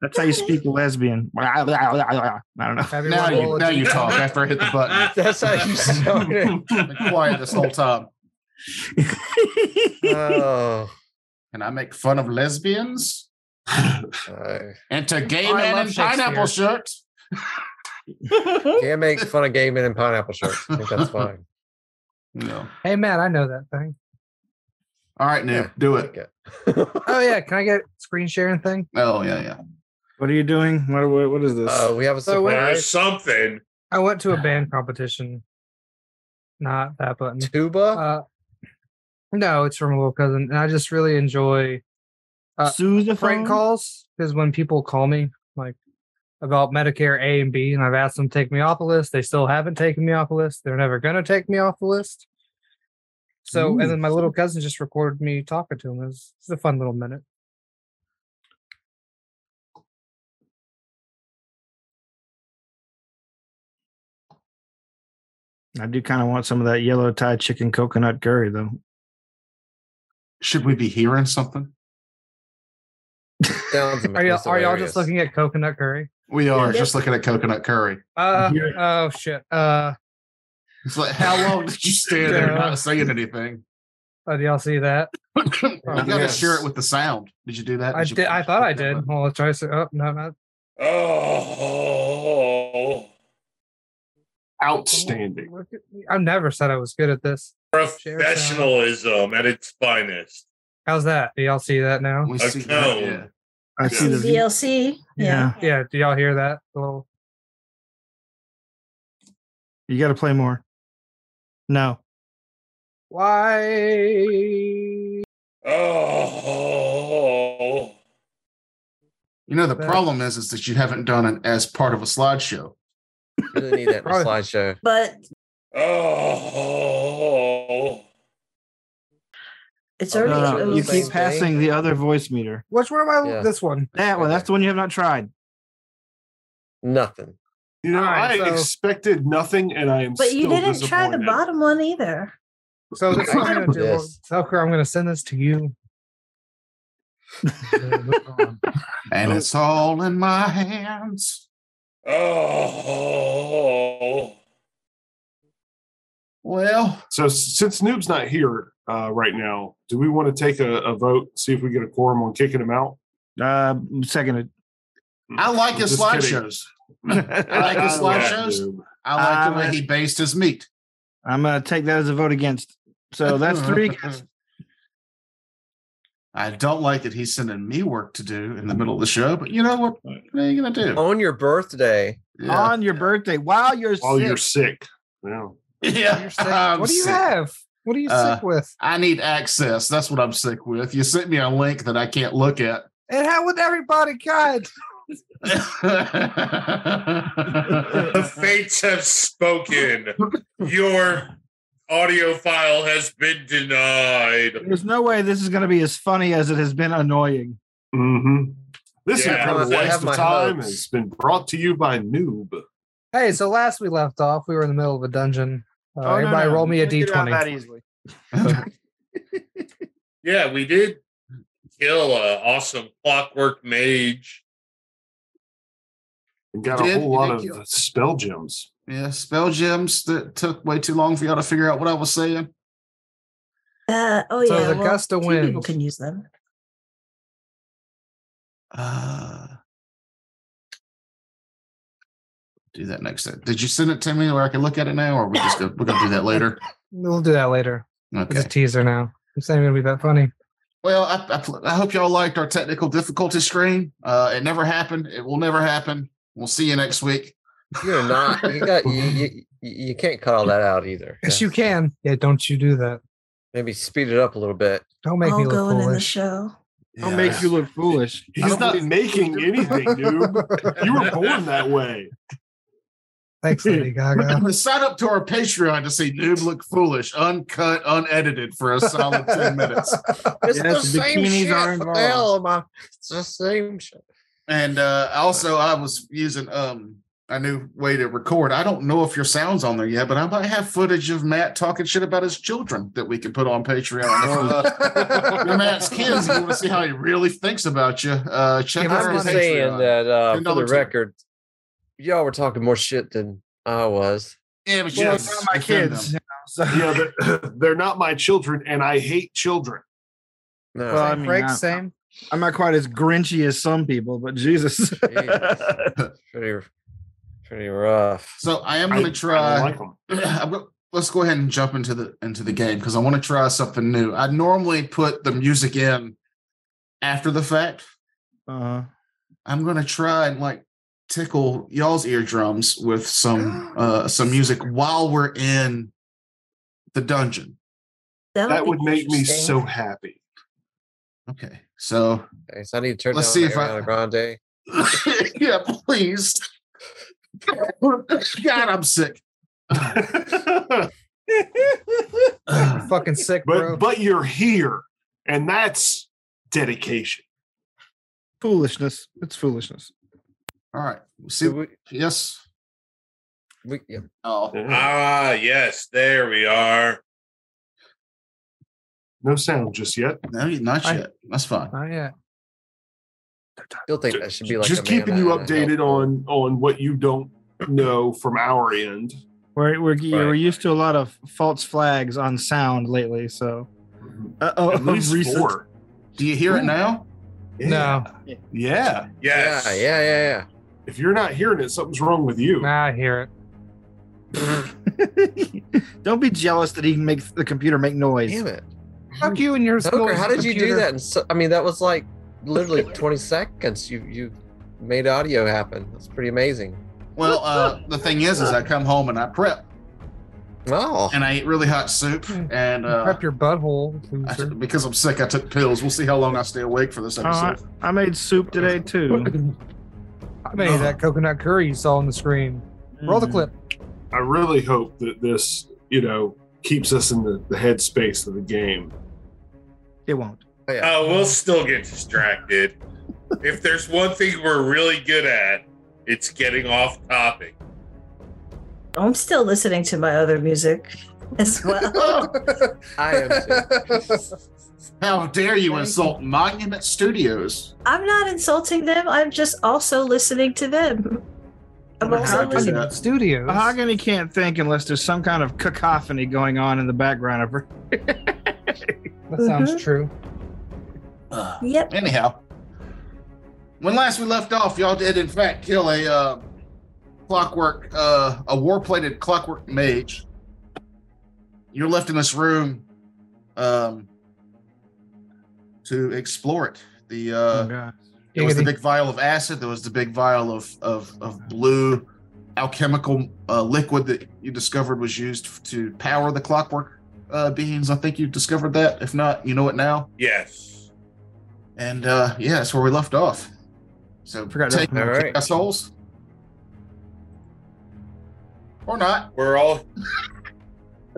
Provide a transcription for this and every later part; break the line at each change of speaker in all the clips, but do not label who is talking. That's how you speak lesbian. I don't know.
Now you, now you talk after I hit the button.
That's how you sound.
Been quiet this whole time.
Oh,
And I make fun of lesbians
I
and to gay
I
men
love
in pineapple shirts.
can't make fun of gay men in pineapple shirts. I think that's fine.
No.
Hey, Matt, I know that thing.
All right, Noob, do it.
Okay.
Oh yeah, can I get screen sharing thing?
Oh yeah, yeah.
What are you doing? What, what, what is this?
Uh, we have a
So what-
surprise
something.
I went to a band competition. Not that button.
tuba.
Oh.
Uh, no, it's from a little cousin, and I just really enjoy uh, prank
Sousaphone?
calls because when people call me like about Medicare A and B, and I've asked them to take me off the list, they still haven't taken me off the list. They're never gonna take me off the list. So, and then my little cousin just recorded me talking to him. It was, it was a fun little minute.
I do kind of want some of that yellow Thai chicken coconut curry, though.
Should we be hearing something?
Sounds
Are y'all,
is
are y'all
hilarious.
just looking at coconut curry?
We are
Yeah.
just looking at coconut curry.
Uh,
Yeah.
oh shit. Uh,
It's like, how long did you stand there
Yeah.
not saying anything?
oh, do y'all see that?
you gotta
yes.
share it with the sound. Did you do that?
I
you
did. I
push
thought
the
I
button?
did. Well, let's try. So, oh no, no.
Oh,
Outstanding.
Look at me. I've never said I was good at this.
professionalism at its finest.
How's that? Do y'all see that now?
We
A
see that,
cone.
yeah.
I see the view.
DLC.
Yeah.
Yeah. Do y'all hear that? The little.
You got to play more. No.
Why?
Oh,
You know the
That-
problem is is that you haven't done it as part of a slideshow.
You really need that in a
Probably-
slideshow.
But
oh,
it's
Oh,
No,
Uh,
Sure,
already.
no.
the
You keep
same thing.
closed.
passing the other voice meter.
Which one am I?
Yeah.
This one.
That one. That's the one you have not tried.
Nothing.
You know,
All right, so-
I expected nothing, and I am.
But you
still
didn't try the
disappointed.
bottom one either.
So this is what I'm gonna do.
Yes.
Tucker, I'm gonna send this to you.
And it's all in my hands.
oh.
Well,
So s- since Noob's not here uh, right now, do we want to take a, a vote, see if we get a quorum on kicking him out?
Uh, seconded.
I like his
Just kidding.
slideshows. I like his slideshows.
Noob.
I like
Um,
the way he based his meat.
I'm gonna take that as a vote against. So that's three against.
I don't like it. He's sending me work to do in the middle of the show, but you know what? What are you gonna
Oh,
do?
On your birthday,
Yeah.
on your birthday while you're
While
sick.
you're sick. Yeah.
Yeah,
You're sick.
I'm
what do you
sick.
have? What are you
Uh,
sick with?
I need access. That's what I'm sick with. You sent me a link that I can't look at.
And how would everybody guide?
The fates have spoken. Your audio file has been denied.
There's no way this is gonna be as funny as it has been annoying.
Mm-hmm. This
Yeah,
is
I
a
was gonna
waste
have
of
my
time.
hopes.
It's been brought to you by Noob.
Hey, so last we left off, we were in the middle of a dungeon. Uh,
Oh, no,
everybody,
no,
roll me a
you can't get out
d20.
that easily.
Yeah, we did kill a awesome clockwork mage.
And got
You
a
did?
whole
You
lot
did
of
kill-
spell gems.
yeah, spell gems that took way too long for y'all to figure out what I was saying.
Uh, oh
So
yeah.
the gust of
two
wind.
People can use them.
Uh, do that next time. Did you send it to me where I can look at it now, or we just go, we're gonna do that later?
We'll do that later. It's
Okay.
a teaser now. It's not even gonna be that funny.
Well, I, I, pl- I hope y'all liked our technical difficulty screen. Uh, it never happened. It will never happen. We'll see you next week.
you're not. You got. You, you, you- you can't cut all that out either.
Yes, you can. Yeah, don't you do that.
Maybe speed it up a little bit.
Don't make
All
me look
going in the
foolish.
show.
Don't make you look foolish. I
He's
don't
not
believe-
making anything, Noob. You were born that way.
Thanks, Lady Gaga.
Sign up to our Patreon to see Noob look foolish, uncut, unedited for a solid 10 minutes.
It's
Yes,
the same
bikinis
shit.
are
What
involved.
the hell am I? It's the same shit.
And uh, also, I was using um a new way to record. I don't know if your sound's on there yet, but I might have footage of Matt talking shit about his children that we can put on Patreon. You're Matt's kids. You want to see how he really thinks about you? Uh, check
I'm
out our
just saying
Patreon.
that uh,
Ten
for the
dollars.
record, y'all were talking more shit than I was.
yeah, but you
Well,
have
it's
to
not my
defend
kids.
them.
you know, so-
yeah, but they're not my children, and I hate children.
No,
Well, I
Like
mean,
Craig,
I-
same.
I'm not quite as grinchy as some people, but Jesus.
Jesus. pretty, pretty rough.
So I am
I-
going to
I
try.
don't like them.
I'm go- let's go ahead and jump into the into the game because I want to try something new. I normally put the music in after the fact.
uh,
I'm gonna try and like tickle y'all's eardrums with some uh some music while we're in the dungeon.
That would make me
interesting.
so happy.
Okay, so
Okay, so I need to turn
Let's
down
see if I-
Ariana Grande.
yeah, please. God, I'm sick.
but
Uh,
Fucking sick, bro.
but you're here, and that's dedication.
foolishness. It's foolishness.
all right, we'll see.
Do we,
Yes.
we, yeah,
Oh,
Ah, yes, there we are.
No sound just yet.
no, not
I-
yet. That's fine.
Not yet.
still think
Ju-
that should be like a
just
man
keeping you
and a
updated
helpful-
on on what you don't know from our end.
We're we're, g
Right.
we're used to a lot of false flags on sound lately, so uh
At least four.
Do you hear it now?
No,
Yeah.
Yes.
Yeah, yeah, yeah,
If you're not hearing it, something's wrong with you.
nah, I hear it.
Don't be jealous that he can make the computer make
yeah.
noise.
Damn it,
Fuck you and your
Tucker!
school's
How did you do
computer.
that? And so, I mean, that was like literally 20 seconds. You you made audio happen. That's pretty amazing.
Well, uh, the thing is, is I come home and I prep
Oh,
and I eat really hot soup and
Hmm. You
uh,
Prep your butthole,
I
loser.
took- because I'm sick, I took pills. We'll see how long I stay awake for this
Uh,
episode.
I made soup today too.
I made that coconut curry you saw on the screen. Roll
Mm.
the clip.
I really hope that this, you know, keeps us in the, the headspace of the game.
It won't.
yeah.
Oh, we'll still get distracted. if there's one thing we're really good at, it's getting off topic.
I'm still listening to my other music as well.
I am. too.
How dare you insult Monument Studios?
I'm not insulting them. I'm just also listening to them. I'm
Wonder how
also
I did
listening.
that.
Studios.
Mahogany can't think unless there's some kind of cacophony going on in the background of her.
That sounds
Mhm.
true.
Uh,
Yep.
anyhow, when last we left off, y'all did in fact kill a uh, clockwork, uh, a war-plated clockwork mage. You're left in this room um, to explore it. The uh,
Oh, God.
There was the
Giggity.
big vial of acid. There was the big vial of of, of blue alchemical uh, liquid that you discovered was used f- to power the clockwork uh, beings. I think you discovered that. If not, you know it now.
Yes.
And uh, yeah, that's where we left off. So
Forgot to
take
open
All
my-
right.
souls or not.
We're all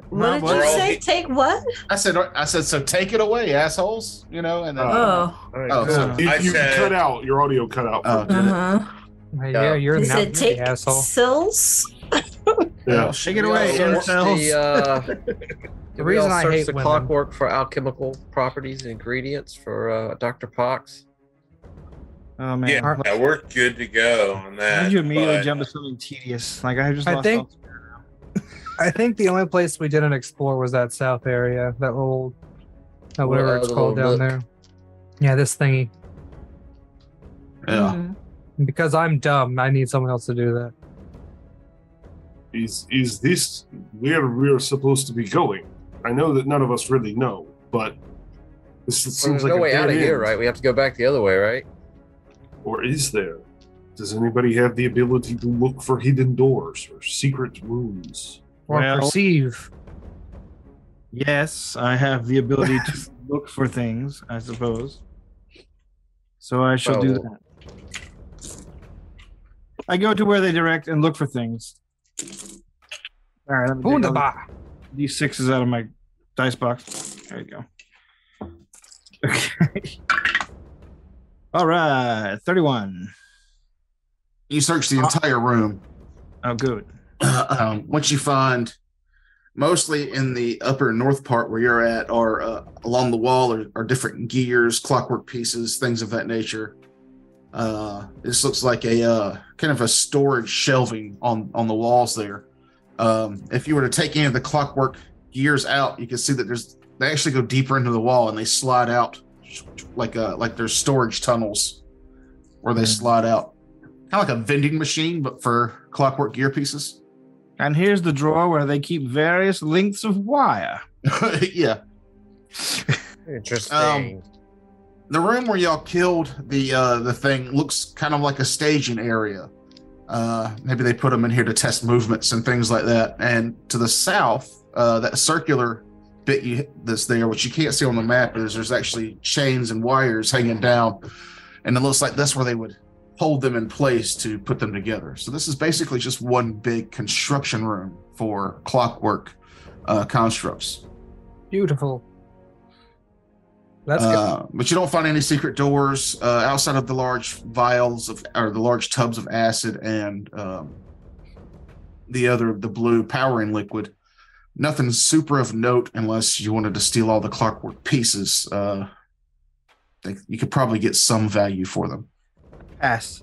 What did
We're
you
all-
say? Take what?
I said I said so. Take it away, assholes. You know, and
Uh,
then,
Oh.
All right,
Oh,
cool.
so-
You,
I
you
said-
cut out your audio cut out.
Oh, did it?
Uh-huh.
Hey,
Yeah.
yeah, you're
Is
now
it take
asshole.
sills?
yeah.
Take it
We all
away,
searched
incels.
The, uh, the reason I hate the
women.
clockwork for alchemical properties and ingredients for uh, Dr. Pox.
Oh man.
yeah,
Why
we're good to go on that.
did you immediately
but-
jump to something tedious? Like I just
I
lost
think-
all-
I think the only place we didn't explore was that south area, that little, that
Well,
whatever
uh,
it's
the
called down
little
there. Yeah, this thingy.
Yeah.
Mhm.
Because I'm dumb, I need someone else to do that.
Is is this where we're supposed to be going? I know that none of us really know, but this
Well,
seems
there's
like
no
a
way out of
dead
here,
end.
right? We have to go back the other way, right?
Or is there? Does anybody have the ability to look for hidden doors or secret rooms?
Or
Well-
perceive.
Yes, I have the ability to look for things, I suppose. So I shall do
Well-
that. I go to where they direct and look for things. All right, let me take all the-
Wunderbar.
these sixes out of my dice box. There you go. Okay. All right, 31.
You searched the entire room.
Oh, good.
um, what you find mostly in the upper north part where you're at or uh, along the wall are, are different gears clockwork pieces things of that nature uh, this looks like a uh, kind of a storage shelving on on the walls there um, if you were to take any of the clockwork gears out you can see that there's they actually go deeper into the wall and they slide out like uh like there's storage tunnels where they slide out kind of like a vending machine but for clockwork gear pieces
And here's the drawer where they keep various lengths of wire.
yeah.
Interesting.
The room where y'all killed the uh, the thing looks kind of like a staging area. Uh, maybe they put them in here to test movements and things like that. And to the south, uh, that circular bit you that's there, which you can't see on the map, is there's actually chains and wires hanging down, and it looks like that's where they would hold them in place to put them together. So this is basically just one big construction room for clockwork uh, constructs.
Beautiful. Let's go.
Uh, but you don't find any secret doors uh, outside of the large vials of or the large tubs of acid and um, the other the blue powering liquid. Nothing super of note unless you wanted to steal all the clockwork pieces. Uh, they, you could probably get some value for them.
Ass.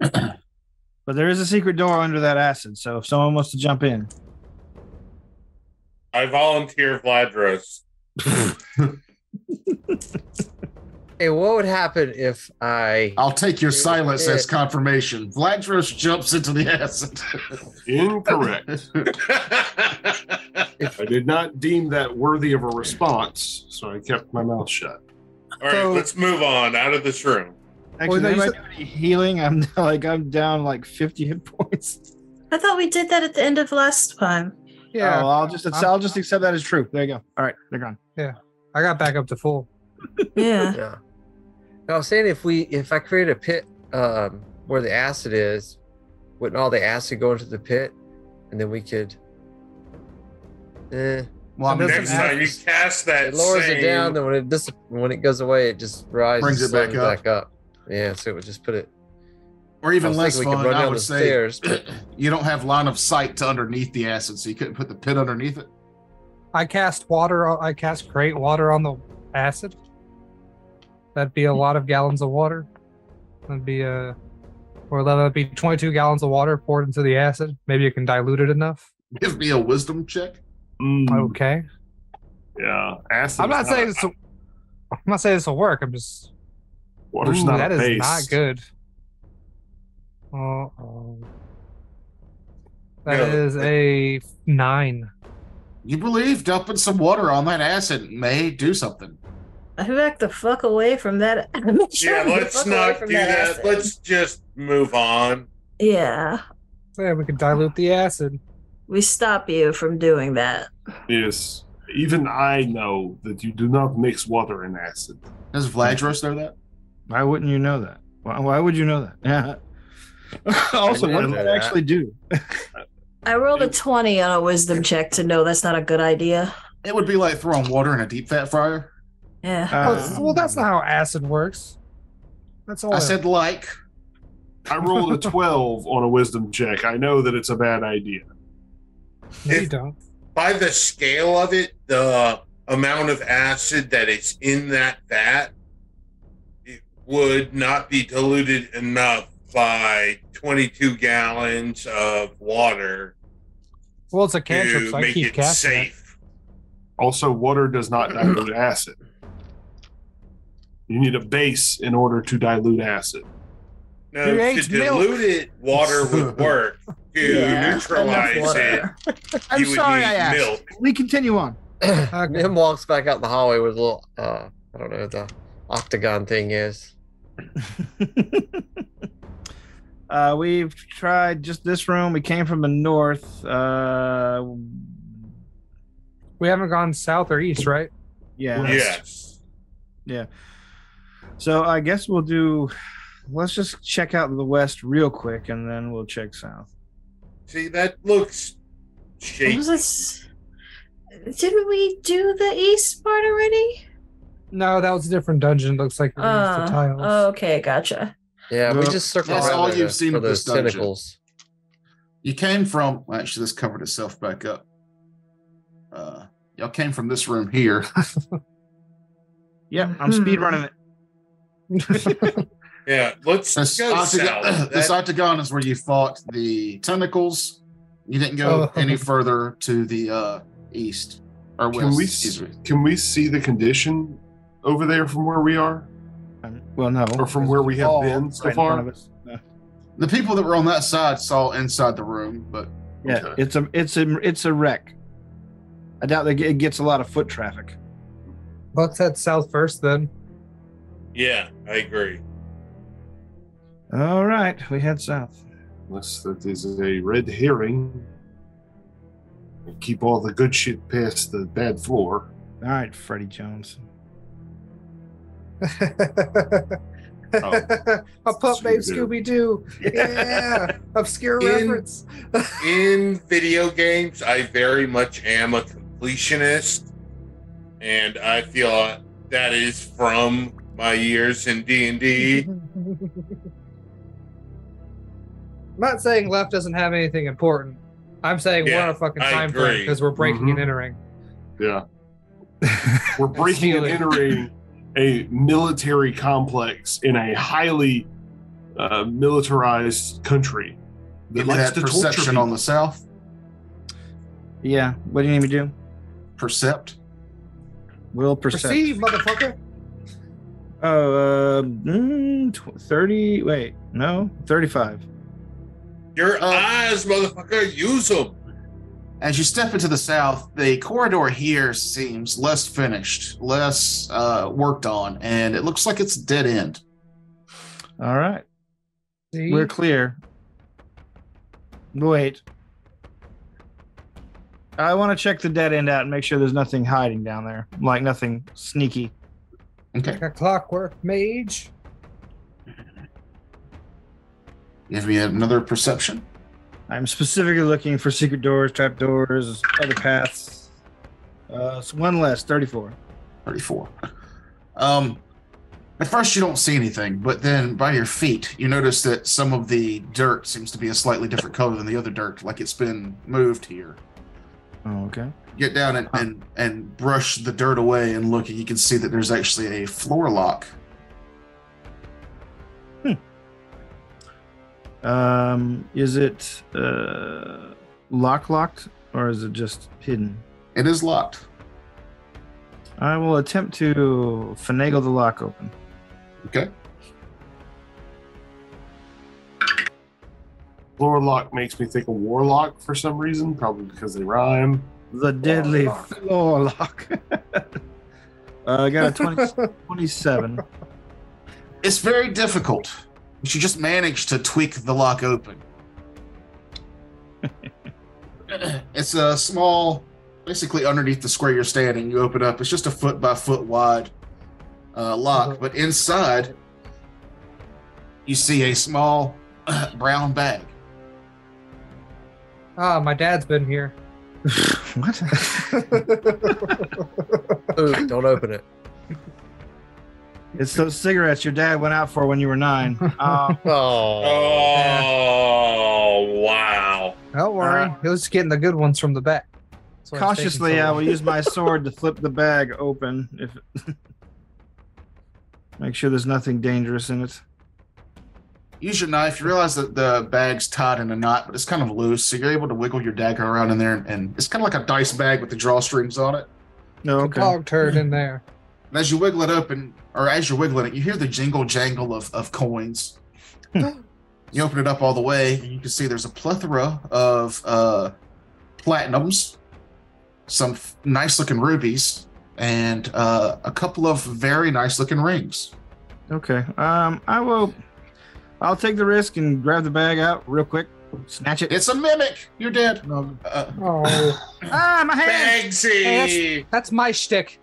but there is a secret door under that acid, so if someone wants to jump in,
I volunteer Vladros.
Hey, what would happen if I?
I'll take your silence as confirmation. Vladros jumps into the acid.
Incorrect. I did not deem that worthy of a response, so I kept my mouth shut.
All right,
So-
let's move on out of this room.
actually,
no, you
am I doing any healing? I'm like I'm down like 50 hit points.
I thought we did that at the end of last time.
yeah,
Oh, I'll just
I'm-
I'll just accept that as true. There you go. All right, they're gone.
I got back up to full.
Yeah.
Yeah. No, I was saying if we if I create a pit um, where the acid is, wouldn't all the acid go into the pit, and then we could. Eh,
well, I
It
mean,
doesn't
Next time you cast that,
it lowers
same,
it down, then when it dis- when it goes away, it just rises
Brings it back
slightly
up.
Yeah, so it would just put it
or
I
even
was
less
thinking we
fun,
could run
I
down
would
the
say.
stairs, but
you don't have line of sight to underneath the acid, so you couldn't put the pit underneath it.
I cast water. on- I cast great water on the acid. That'd be a lot of gallons of water. That'd be uh or that'd be 22 gallons of water poured into the acid. Maybe you can dilute it enough.
Give me a wisdom check.
Hmm.
Okay.
Mm, Yeah, acid.
I'm not saying this. will- I'm not saying this will work. I'm just.
water's
Ooh,
not
Mm, that
a
is
base.
not good. Uh-oh. That
No.
is a nine.
You believe dumping some water on that acid may do something.
I back the fuck away from that. Make sure
Yeah,
I'm the
let's
fuck away
not
from
do that.
acid.
Let's just move on.
Yeah.
Yeah, we could dilute the acid.
We stop you from doing that.
Yes, even I know that you do not mix water and acid.
Does Vladros know that?
Why wouldn't you know that? Why, why would you know that? Yeah. also, what does
didn't know
that
that.
actually do?
I rolled a 20 on a wisdom check to know that's not a good idea.
It would be like throwing water in a deep fat fryer.
Yeah.
Uh, Oh,
Well, well, that's not how acid works. That's all.
I said like.
I rolled a 12 on a wisdom check. I know that it's a bad idea.
No, you don't.
By the scale of it, the amount of acid that is in that vat it would not be diluted enough by 22 gallons of water
Well, it's a cantrip,
to
so I
make
keep
it
casting. it.
safe.
Also, water does not dilute acid. You need a base in order to dilute acid.
No,
It
to
ain't milk.
dilute it, water would work. To
yeah. enough
neutralize it,
water.
I'm
you would
sorry
need
I asked.
milk.
We continue on.
Okay.
Nim walks back out the hallway with a little uh I don't know what the octagon thing is.
uh, we've tried just this room. We came from the north. Uh,
We haven't gone south or east, right?
yeah.
Yes.
So I guess we'll do. Let's just check out the west real quick, and then we'll check south.
See, that looks
What
shaky.
was this? Didn't we do the east part already?
No, that was a different dungeon. Looks like we used the
Uh,
tiles.
okay, gotcha.
Yeah, we
Well,
just circle
that's
around
all
in
you've
the-
seen
for
of this
those
dungeon.
tentacles.
You came from well, actually this covered itself back up. Uh y'all came from this room here.
Yep, I'm
Hmm.
speed running it.
Yeah, let's
This,
go
octagon,
south.
this
That-
octagon is where you fought the tentacles. You didn't go
Oh.
any further to the uh east or west.
Can we
excuse me.
Can we see the condition over there from where we are,
Um, Well, no.
or from where we have
Ball
been so
right in front
far?
of us. Uh, No.
The people that were on that side saw inside the room, but
Yeah,
Okay.
it's a it's a it's a wreck. I doubt that it gets a lot of foot traffic.
Let's head south first then.
yeah, I agree.
All right, we head south.
Unless that is a red herring. And keep all the good shit past the bad floor.
All right, Freddie Jones.
Oh.
A pup named
Scooby-Doo.
Scooby Doo. Yeah. Obscure
In-
reference.
In video games, I very much am a completionist, and I feel that is from my years in D and D.
I'm not saying left doesn't have anything important. I'm saying
Yeah,
we're on a fucking
I
time
agree.
frame because we're breaking
Mm-hmm.
Mhm.
and entering.
Yeah. We're breaking and
stealing.
entering a military complex in a highly uh, militarized country that
give me
likes
that
to torture
perception
people.
on the south.
Yeah, what do you need me to do?
Percept.
Will percept.
Perceive, motherfucker.
Oh, uh, mm, tw- thirty. Wait, no, thirty-five.
Your
Oh.
eyes, motherfucker, use them.
As you step into the south, the corridor here seems less finished, less uh, worked on, and it looks like it's a dead end.
All right,
See?
we're clear. Wait, I want to check the dead end out and make sure there's nothing hiding down there, like nothing sneaky.
Okay.
Like a clockwork mage.
Give me another perception.
I'm specifically looking for secret doors, trap doors, other paths. Uh, it's one less, 34.
34. Um, at first, you don't see anything, but then by your feet, you notice that some of the dirt seems to be a slightly different color than the other dirt, like it's been moved here.
Oh, okay.
Get down and, and, and brush the dirt away and look, and you can see that there's actually a floor lock.
Um, is it uh, lock locked or is it just hidden?
It is locked.
I will attempt to finagle the lock open.
Okay.
Floor lock makes me think of warlock for some reason, probably because they rhyme.
The deadly
lock.
floor lock. uh, I got a 20, 27.
It's very difficult. but You just managed to tweak the lock open. it's a small, basically underneath the square you're standing. You open up. It's just a foot by foot wide uh, lock, but inside you see a small brown bag.
Ah, my dad's been here.
what?
Ooh, don't open it.
It's those cigarettes your dad went out for when you were nine. Um,
Oh,
Oh wow!
Don't worry.
Uh,
he was getting the good ones from the back. That's why it's taking so
Cautiously, I
long.
will use my sword to flip the bag open. If make sure there's nothing dangerous in it.
Use your knife. You realize that the bag's tied in a knot, but it's kind of loose, so you're able to wiggle your dagger around in there, and, and it's kind of like a dice bag with the drawstrings on it.
No,
It's a
okay.
dog turd in there.
And as you wiggle it open, or as you're wiggling it, you hear the jingle jangle of, of coins. you open it up all the way, and you can see there's a plethora of uh, platinums, some f- nice looking rubies, and uh, a couple of very nice looking rings.
Okay. Um, I will. I'll take the risk and grab the bag out real quick. Snatch it.
It's a mimic! You're dead. No, uh,
Oh,
Ah, my hand.
Bagsy,
that's my shtick.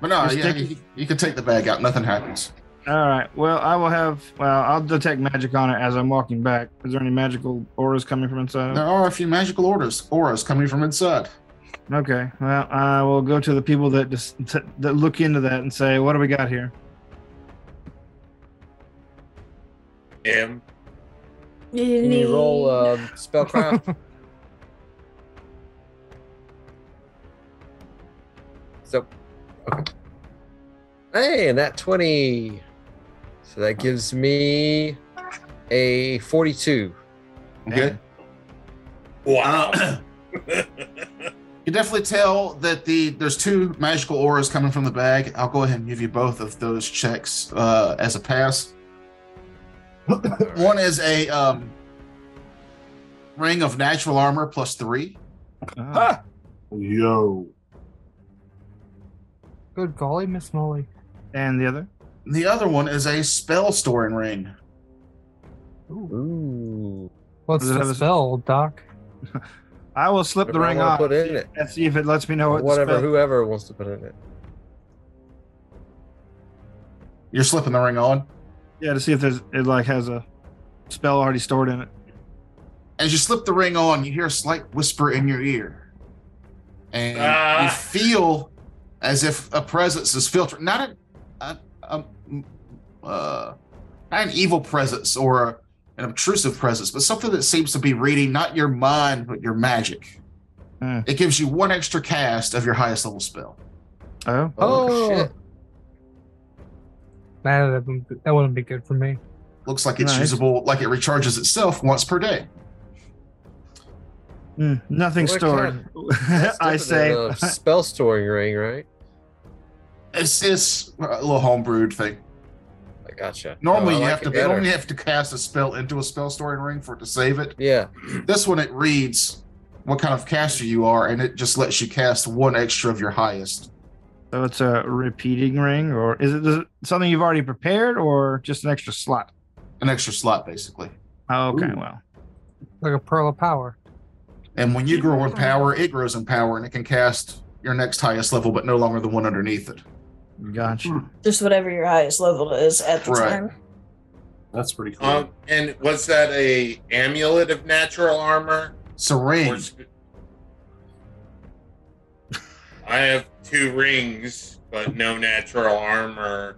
but no,
You're
yeah,
sticking-
you, you can take the bag out. Nothing happens.
All right. Well, I will have. Well, I'll detect magic on it as I'm walking back. Is there any magical auras coming from inside? of it?
There are a few magical orders, auras coming from inside.
Okay. Well, I will go to the people that just t- that look into that and say, "What do we got here?"
Him.
You
Can you roll
uh,
um, spellcraft? so, okay. hey, and that twenty. So that gives me a forty-two.
Okay.
Wow.
You definitely tell that the there's two magical auras coming from the bag. I'll go ahead and give you both of those checks uh, as a pass. One is a um, ring of natural armor plus three.
Ah,
Yo.
Good golly, Miss Molly.
and the other?
And the other one is a spell storing ring.
Ooh.
What's
Does it
the
have a-
spell, Doc?
I will slip the
Whatever I
ring
wanna
off
put in it.
and see if it lets me know what
Whatever,
The spell-
whoever wants to put in it.
You're slipping the ring on.
yeah, to see if there's it like has a spell already stored in it.
As you slip the ring on, you hear a slight whisper in your ear. And
Ah.
you feel as if a presence is filtering. Not an, a, a, uh, not an evil presence or a, an obtrusive presence, but something that seems to be reading not your mind, but your magic.
Hmm.
It gives you one extra cast of your highest level spell.
Oh,
Oh,
Oh.
shit!
Man, that wouldn't, that wouldn't be good for me.
Looks like it's
Nice.
usable, like it recharges itself once per day.
Hmm, nothing
What
stored.
That's
I
different
say,
than a spell storing ring, right?
It's, it's a little homebrewed thing.
I gotcha.
Normally,
Oh, I
you
like
have
it
to
better.
normally you have to cast a spell into a spell storing ring for it to save it.
Yeah.
This one it reads what kind of caster you are, and it just lets you cast one extra of your highest.
so it's a repeating ring, or is it, is it something you've already prepared, or just an extra slot?
An extra slot basically.
Okay,
Ooh.
well,
Like a pearl of power.
And when you grow in power, it grows in power and it can cast your next highest level, but no longer the one underneath it.
gotcha.
Just whatever your highest level is at the
Right.
time.
That's pretty cool.
um, and was that a amulet of natural armor?
It's a ring.
Or is- I have two rings, but no natural armor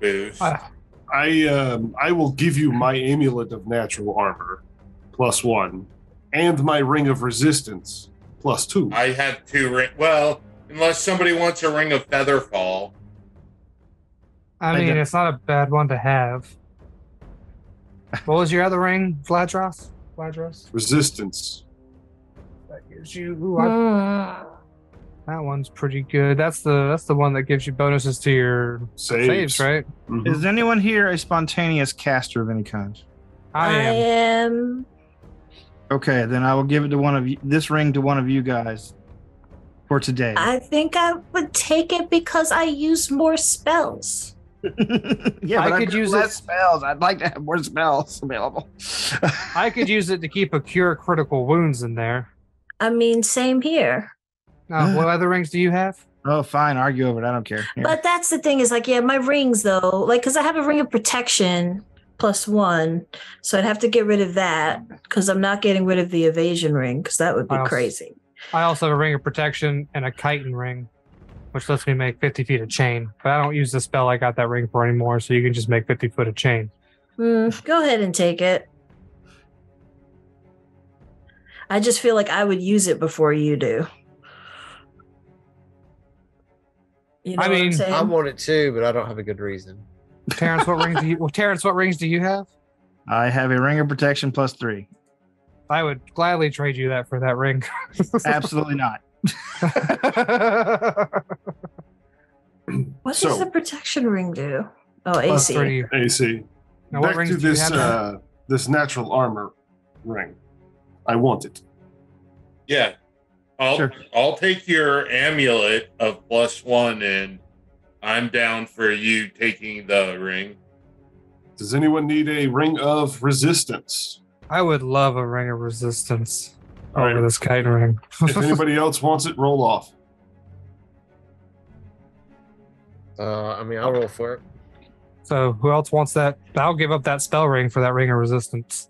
boost.
Ah,
I um, I will give you my amulet of natural armor, plus one, and my ring of resistance, plus two.
I have two ring. Well, unless somebody wants a ring of featherfall.
I
I
mean,
don't-
it's not a bad one to have. What was your other ring, Vladros? Vladros?
resistance.
That gives you. Ooh, I- that one's pretty good. That's the that's the one that gives you bonuses to your
Saves.
saves, right?
Mhm.
Is anyone here a spontaneous caster of any kind?
Hmm.
I am.
Okay, then I will give it to one of you, this ring to one of you guys for today.
I think I would take it because I use more spells.
yeah,
I
but I've
could
got
use
less
it-
spells. I'd like to have more spells available.
I could use it to keep a cure critical wounds in there.
I mean, same here.
Uh, what other rings do you have?
oh, fine, argue over it. I don't care. Here.
But that's the thing is like, yeah, my rings though, like, cause I have a ring of protection plus one. So I'd have to get rid of that because I'm not getting rid of the evasion ring because that would be
Wow.
crazy.
I also have a ring of protection and a chitin ring, which lets me make 50 feet of chain. But I don't use the spell I got that ring for anymore, so you can just make 50 foot of chain.
Mm, go ahead and take it. I just feel like I would use it before you do. You know
I
what
mean,
I'm saying?
I want it too, but I don't have a good reason.
Terrence, what rings do you? Well, Terrence, what rings do you have?
I have a ring of protection plus three.
I would gladly trade you that for that ring.
Absolutely not.
what
so-
does the protection ring do? Oh,
Plus
AC.
three.
AC.
Now, what
Back
rings
to
do you
this
have? now?
uh, this natural armor ring. I want it.
Yeah. I'll
Sure.
I'll take your amulet of plus one and I'm down for you taking the ring.
Does anyone need a ring of resistance?
I would love a ring of resistance
All
over
right.
this chitin ring.
if anybody else wants it, roll off.
Uh, I mean, I'll roll for it.
So who else wants that? I'll give up that spell ring for that ring of resistance.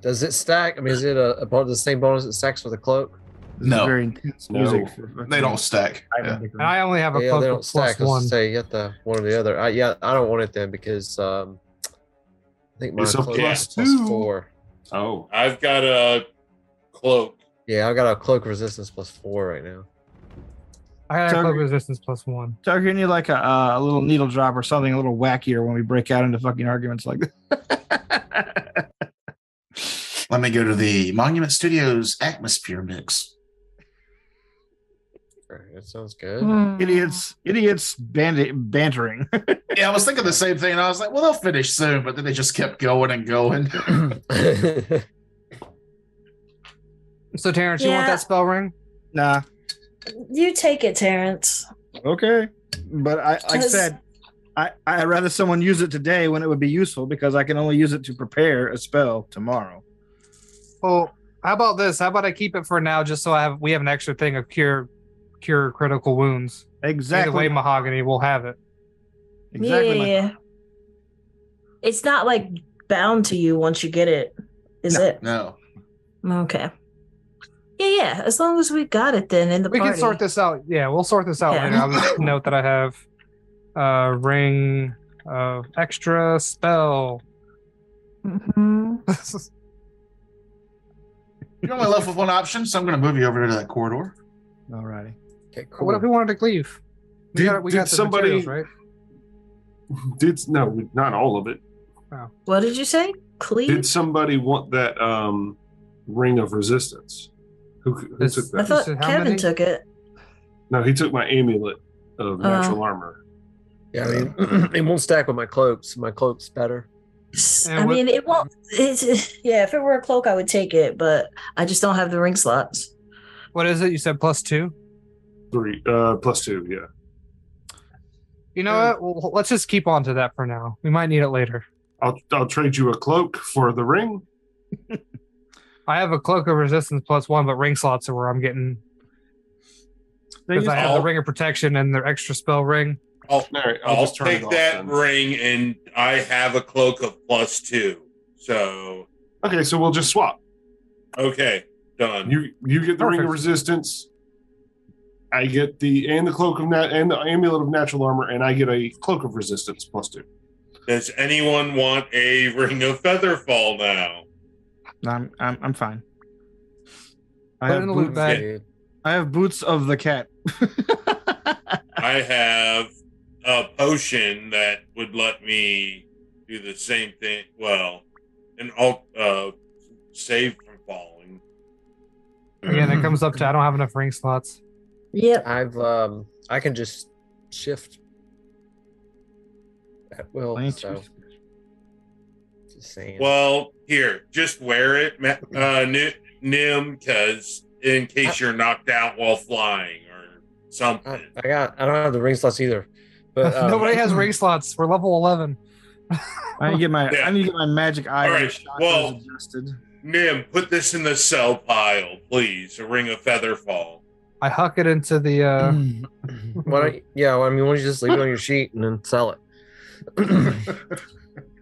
Does it stack? I mean, is it a, a part of the same bonus that stacks with a cloak?
This is
No.
very intense
No.
music. for-
They don't stack. Yeah.
Ivan
And I only have a
yeah,
plus,
they don't
plus
stack. I
one.
was say you have to one or the other. I, yeah, I don't want it then because um, I think mine's
It's a
close-
plus
plus
two.
four.
Oh,
I've got a cloak.
Yeah, I got a cloak resistance plus four right now.
I have
Sorry.
cloak resistance plus one.
Start getting you like a, uh, a little needle drop or something a little wackier when we break out into fucking arguments like that.
Let me go to the Monument Studios atmosphere mix.
All right, that sounds good.
Hmm.
idiots, idiots, bandit bantering.
Yeah, I was thinking the same thing, and I was like, well, they'll finish soon, but then they just kept going and going.
So Terrence, you want
Yeah.
that spell ring?
nah,
You take it, Terrence.
okay, but I, like I
Does-
said, I I rather someone use it today when it would be useful because I can only use it to prepare a spell tomorrow.
Well, how about this? How about I keep it for now, just so I have we have an extra thing of cure cure critical wounds. Either way,
Exactly,
mahogany, we'll have it.
exactly.
yeah,
my-
yeah. It's not like bound to you once you get it, is
No.
it?
No.
Okay. Yeah, yeah. As long as we got it, then in the
We
party.
can sort this out. Yeah, we'll sort this out
Yeah.
later. I'll just note that I have a ring of extra spell.
Mhm.
You're only left with one option, so I'm going to move you over to that corridor.
Alrighty.
okay, cool.
What if we wanted to leave? We
Did-
got, we
did
got the
somebody-
materials, right?
did no, not all of it.
What did you say?
Did
Cleave?
somebody want that um ring of resistance? Who, who
This-
took
I
that?
thought
How
Kevin
many?
took it.
No, he took my amulet of natural armor.
yeah, I mean, it won't stack with my cloaks. My cloak's better.
S-
And
I
what-
mean, it won't. It's, yeah, if it were a cloak, I would take it, but I just don't have the ring slots.
What is it? You said plus two.
Three uh plus two, yeah.
You know what? Well, let's just keep on to that for now. We might need it later.
I'll I'll trade you a cloak for the ring.
I have a cloak of resistance plus one, but ring slots are where I'm getting
They
because
used-
I have
all-
the ring of protection and the extra spell ring.
I'll,
All right, I'll,
I'll,
just turn it
take
off
that
then.
ring, and I have a cloak of plus two. So
Okay, so we'll just swap.
okay, done.
You you get the ring
Perfect.
of resistance. I get the and the cloak of nat and the amulet of natural armor, and I get a cloak of resistance plus two.
Does anyone want a ring of featherfall now?
I'm, I'm I'm fine. I
Put it
have,
in the loot
boots,
bag.
Dude,
I have boots of the cat.
I have a potion that would let me do the same thing. Well, an alt uh, save from falling.
Again, it comes up to I don't have enough ring slots.
Yep.
I've um, I can just shift at will.
Thank
So
you.
just saying.
Well, here, just wear it, Ma- uh, Ni- Nim, because in case you're knocked out while flying or
I,
something.
I got. I don't have the ring slots either. But um,
Nobody has ring slots. We're level eleven.
I need to get my
Yeah.
I need to get my magic eye
All right,
chakras
well-
adjusted.
Nim, put this in the cell pile, please. A ring of feather fall.
I huck it into the. uh
why don't? You, yeah, well, I mean, why don't you just leave it on your sheet and then sell it?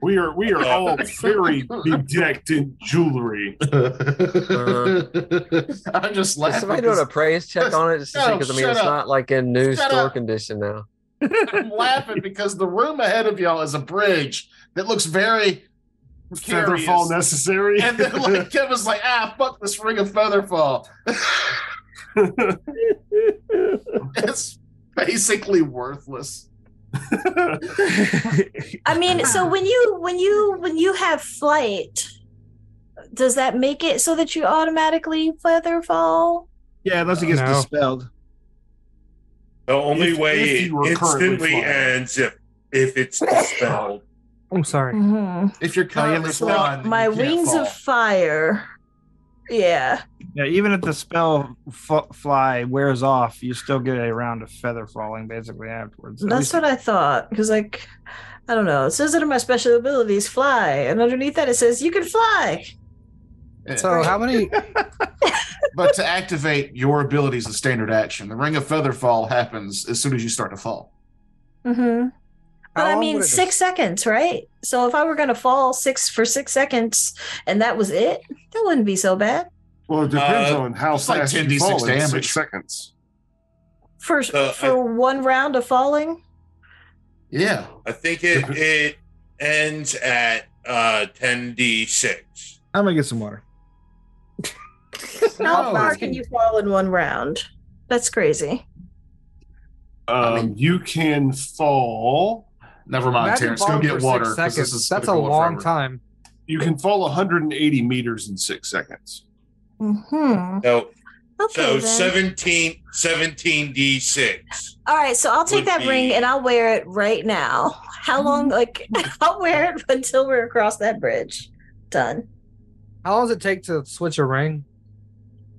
We are we are all very bedecked in jewelry.
I'm just
Is
laughing.
somebody doing a praise check on it? Just
No,
because I mean,
shut
it's
up.
not like in new
Shut
store
up.
condition now.
I'm laughing because the room ahead of y'all is a bridge that looks very precarious.
Featherfall necessary.
And then like Kevin's like, ah, fuck this ring of featherfall. it's basically worthless.
I mean, so when you when you when you have flight, does that make it so that you automatically feather fall?
Yeah, unless it gets
No.
dispelled.
The only
If-
way
if
it
you were currently
instantly
flying.
ends if if it's dispelled.
I'm sorry.
Mhm.
If you're
Oh, you
currently
understand.
flying,
My
you can't
wings
fall.
of fire. Yeah.
Yeah, even if the spell f- fly wears off, you still get a round of feather falling basically afterwards. At
That's
least-
what I thought. Because like I don't know. It says that in my special abilities, fly. And underneath that it says you can fly.
Yeah.
So how many?
but to activate your abilities in standard action, the ring of featherfall happens as soon as you start to fall.
Mm-hmm. But
How
I
long
mean
would it
six seconds, right? So if I were gonna fall six for six seconds and that was it, that wouldn't be so bad.
Well, it depends
Uh,
on how
it's like
fast you
10d6
fall in
damage.
six seconds.
For
So,
for one round of falling?
Yeah.
I think it it ends at uh 10d6.
I'm gonna get some water.
How
No,
far
it's-
can you fall in one round? That's crazy.
Um,
I mean-
you can fall.
Never mind,
Imagine
Terrence. Go
falling for
get
six
water. 'cause
seconds.
This is
That's a
gonna go on
long
forever.
time.
You can fall 180 meters in six seconds.
hmm
So
Okay.
so
then.
17 17d6.
All right, so I'll take
would
that ring
be-
and I'll wear it right now. How long? Like, I'll wear it until we're across that bridge. Done.
How long does it take to switch a ring?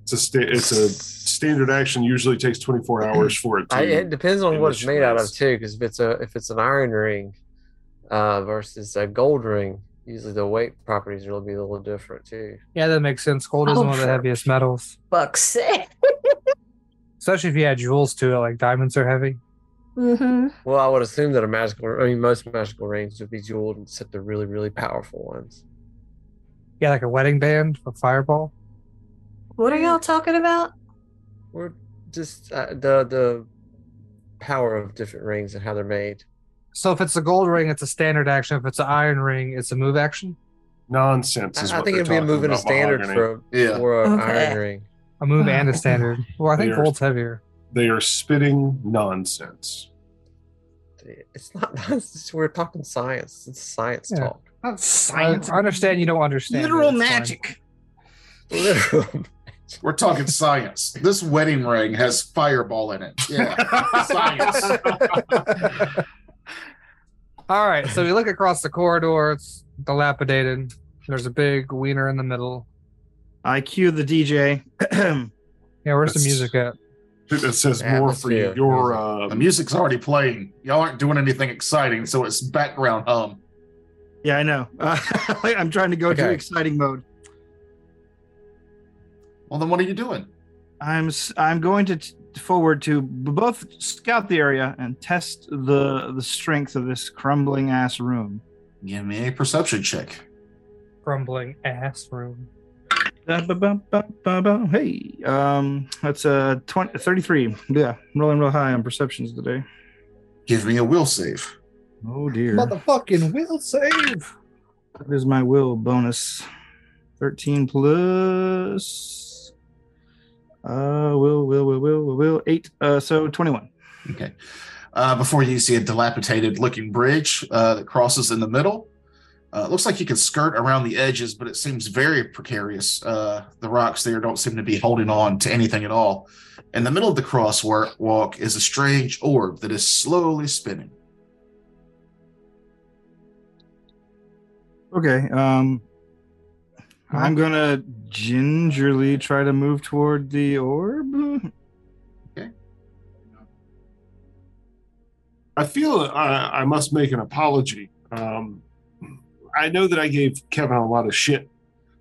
It's a sta- it's a standard action. Usually takes 24 hours for it. To,
I, it depends on
in
what it's
which
made out of
ways?
too, because if it's a if it's an iron ring uh, versus a gold ring, usually the weight properties will be a little different too.
Yeah, that makes sense. Gold is
Oh,
one of the
sure.
heaviest metals,
Fuck's sake.
especially if you add jewels to it. Like diamonds are heavy.
hmm
Well, I would assume that a magical, I mean, most magical rings would be jeweled except the really really powerful ones.
Yeah, like a wedding band for fireball.
What are y'all talking about?
Or just uh, the the power of different rings and how they're made.
So if it's a gold ring, it's a standard action. If it's an iron ring, it's a move action.
nonsense. Is
I, I
what
think
they're
it'd be a
talking
move and a
about,
standard
mahogany.
for
Yeah.
for an
Okay.
iron ring.
A move and a
Wow.
standard. Well, I think
They are-
gold's heavier.
They are spitting nonsense.
It's not. It's just, we're talking science. It's science
Yeah.
talk.
I, I understand you don't understand.
Literal
but it's fine.
magic.
Literal
We're talking science. This wedding ring has fireball in it. Yeah. science.
All right, so we look across the corridor. It's dilapidated. There's a big wiener in the middle.
I cue the DJ.
Yeah, where's the
That's-
music at?
That says more for
Atmosphere.
your
The
uh,
music's already playing. Y'all aren't doing anything exciting, so it's background hum.
yeah, I know. Uh, I'm trying to go to
Okay.
exciting mode.
Well, then what are you doing?
I'm s- I'm going to t- forward to b- both scout the area and test the the strength of this crumbling ass room.
Give me a perception check.
Crumbling ass room.
Ba-ba-ba-ba-ba. Hey, um, that's uh 20, 33. Yeah, I'm rolling real high on perceptions today.
Give me a will save.
Oh dear,
Motherfucking will save.
that is my will bonus. 13 plus. Uh, will, will, will, will, will, will. Eight. Uh, so 21.
Okay. Uh, before you see a dilapidated looking bridge uh, that crosses in the middle. Uh, it looks like you can skirt around the edges, but it seems very precarious. Uh, the rocks there don't seem to be holding on to anything at all. In the middle of the crosswalk walk is a strange orb that is slowly spinning.
Okay. Um, I'm gonna gingerly try to move toward the orb.
I feel I, I must make an apology. Um, I know that I gave Kevin a lot of shit.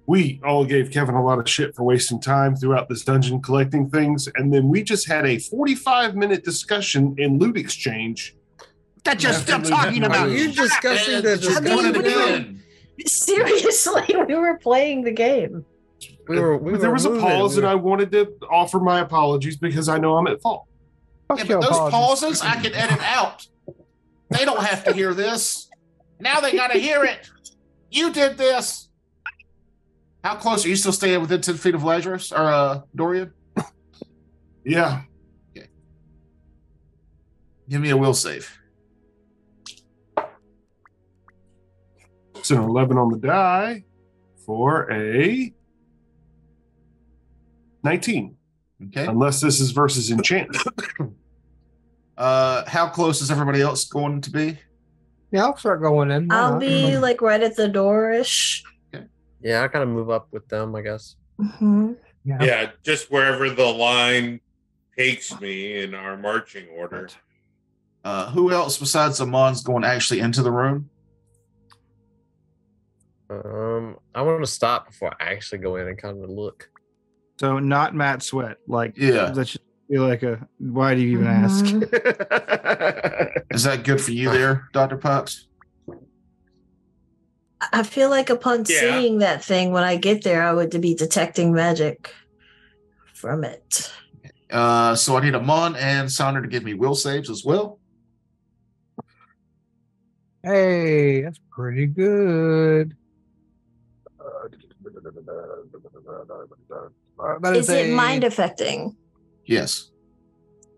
We all gave Kevin a lot of shit for wasting time throughout this dungeon collecting things. And then we just had a 45 minute discussion in Loot Exchange.
That
just Yeah, stopped talking
Are
about.
you discussing
And
the
it's just
I mean,
doing
discussion?
it
we were-
again.
Seriously, we were playing the game.
We were, we were
there was a
moving,
pause,
we
and I
were-
wanted to offer my apologies because I know I'm at fault.
Fuck
Yeah,
your
but those
apologies.
pauses I can edit out. They don't have to hear this. Now they got to hear it. You did this. How close are you still staying within 10 feet of Lazarus or uh, Dorian?
Yeah.
Give me a will save.
It's an 11 on the die for a 19,
Okay.
unless this is versus enchantment.
Uh, how close is everybody else going to be?
Yeah, I'll start going in. Why
I'll
not?
be like right at the door ish.
yeah, I kind of move up with them, I guess.
hmm
Yeah.
Yeah, just wherever the line takes me in our marching order.
Uh, who else besides Amon's going actually into the room?
Um, I want to stop before I actually go in and kind of look.
So not Matt Sweat. Like
Yeah.
that should be like a. Why do you even
Mm-hmm.
ask?
Mhm.
Is that good for you there, Dr. Pucks?
I feel like upon
Yeah.
seeing that thing when I get there, I would be detecting magic. from it.
Uh, so I need Amon and Sonder to give me will saves as well.
Hey, that's pretty good. Uh, that
Is it
a-
mind affecting?
Yes.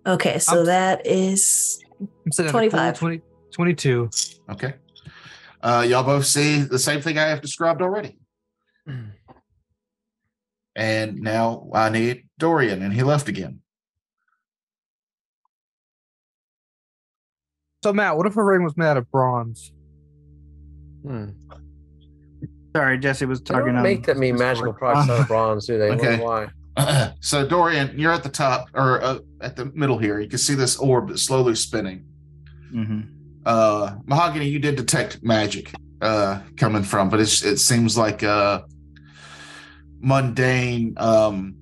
Okay, so
I'm-
that is
I'm sitting at a cool
25.
20 22.
Okay. Uh, y'all both see the same thing I have described already. And now I need Dorian, and he left again.
So Matt, what if a ring was made out of bronze?
Hmm.
Sorry, Jesse was
They
talking.
don't
on-
make that many magical products out of bronze, do they? I wonder
Okay.
Why?
so Dorian, you're at the top or uh, at the middle here. You can see this orb that's slowly spinning.
Mhm.
Uh, Mahogany, you did detect magic uh, coming from, but it's, it seems like uh, mundane. Um,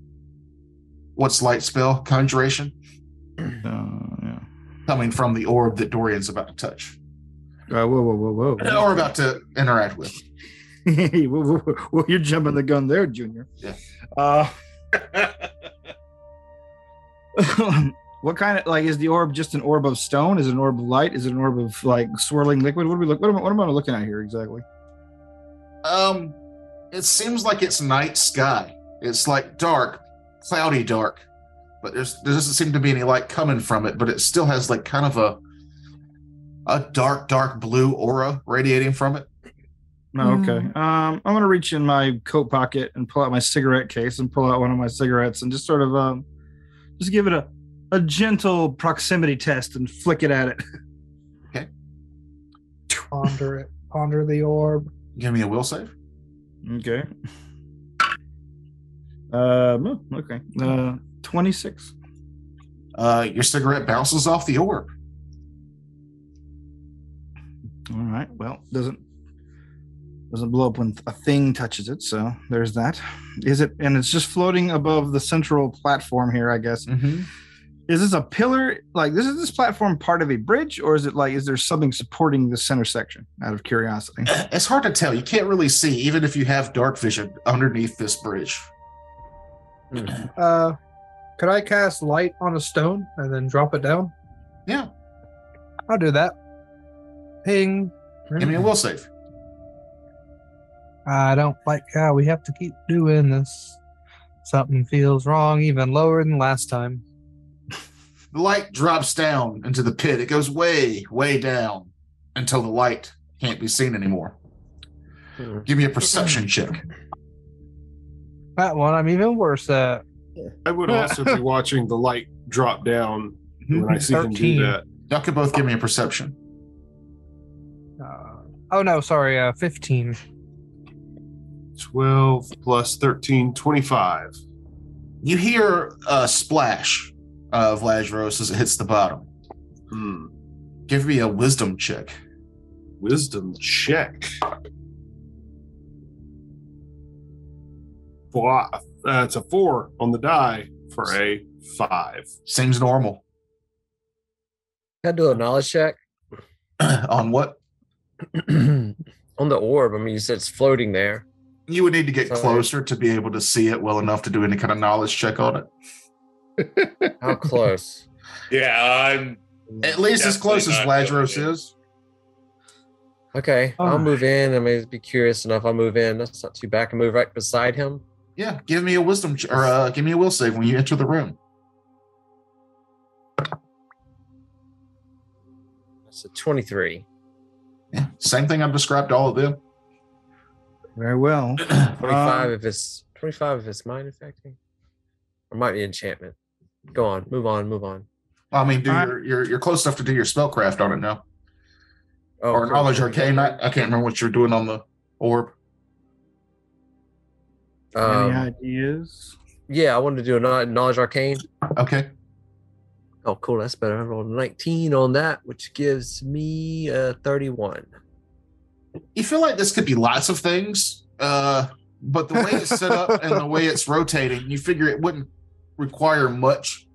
what's light spell conjuration
So, yeah.
coming from the orb that Dorian's about to touch
Uh, whoa, whoa, whoa, whoa.
or about to interact with.
Hey, whoa, whoa, whoa. Whoa, you're jumping the gun there, Junior.
Yeah.
Uh, what kind of like is the orb just an orb of stone? Is it an orb of light? Is it an orb of like swirling liquid? What are we look? What am, I- what am I looking at here exactly?
Um, it seems like it's night sky. It's like dark, cloudy dark, but there's there doesn't seem to be any light coming from it. But it still has like kind of a a dark, dark blue aura radiating from it.
No, okay. Um, I'm gonna reach in my coat pocket and pull out my cigarette case and pull out one of my cigarettes and just sort of um, just give it a a gentle proximity test and flick it at it.
Ponder it. Ponder the orb.
Give me a will save.
Okay. Um. oh, Okay. Uh, twenty six.
Uh, your cigarette bounces off the orb.
All right. Well, doesn't doesn't blow up when a thing touches it. So there's that. Is it? And it's just floating above the central platform here, I guess.
Mm-hmm.
Is this a pillar? Like this is this platform part of a bridge, or is it like is there something supporting the center section? Out of curiosity.
It's hard to tell. You can't really see, even if you have dark vision, underneath this bridge.
Uh, could I cast light on a stone and then drop it down?
Yeah.
I'll do that. Ping.
Give me a will save.
I don't like how we have to keep doing this. Something feels wrong, even lower than last time.
The light drops down into the pit. It goes way, way down until the light can't be seen anymore.
Hmm.
Give me a perception check.
That one I'm even worse at.
I would also be watching the light drop down when I see him do
13.
that.
Y'all can both give me a perception.
Uh, oh no, sorry, uh, 15.
12 plus 13, 25.
You hear a splash of Lazarus as it hits the bottom.
Hmm.
Give me a wisdom check.
Wisdom check. Four, uh, it's a four on the die for a five.
Seems normal.
Can I do a knowledge check
On what?
on the orb? I mean, you said it's floating there.
You would need to get
Sorry.
closer to be able to see it well enough to do any kind of knowledge check on it.
How close?
yeah, I'm.
At least as
Definitely
close as
not
Lazarus
doing it.
is.
Okay, I'll
Alright.
move in. I may be curious enough. I'll move in. That's not too bad. I can move right beside him.
Yeah, give me a wisdom ch- or uh, give me a will save when you enter the room.
That's a 23.
Yeah, same thing I've described to all of them.
Very well.
25 if it's 25 if it's mind affecting. Or might be enchantment. Go on, move on, move on.
I mean, do
Alright.
your, your you're close enough to do your spellcraft on it now,
Oh,
or
cool.
knowledge arcane. I, I can't remember what you're doing on the orb.
Any
Um,
ideas?
yeah, I wanted to do a kno- knowledge arcane.
Okay,
Oh, cool. That's better. I rolled a 19 on that, which gives me uh, a 31.
you feel like this could be lots of things, uh, but the way it's set up and the way it's rotating, you figure it wouldn't require much,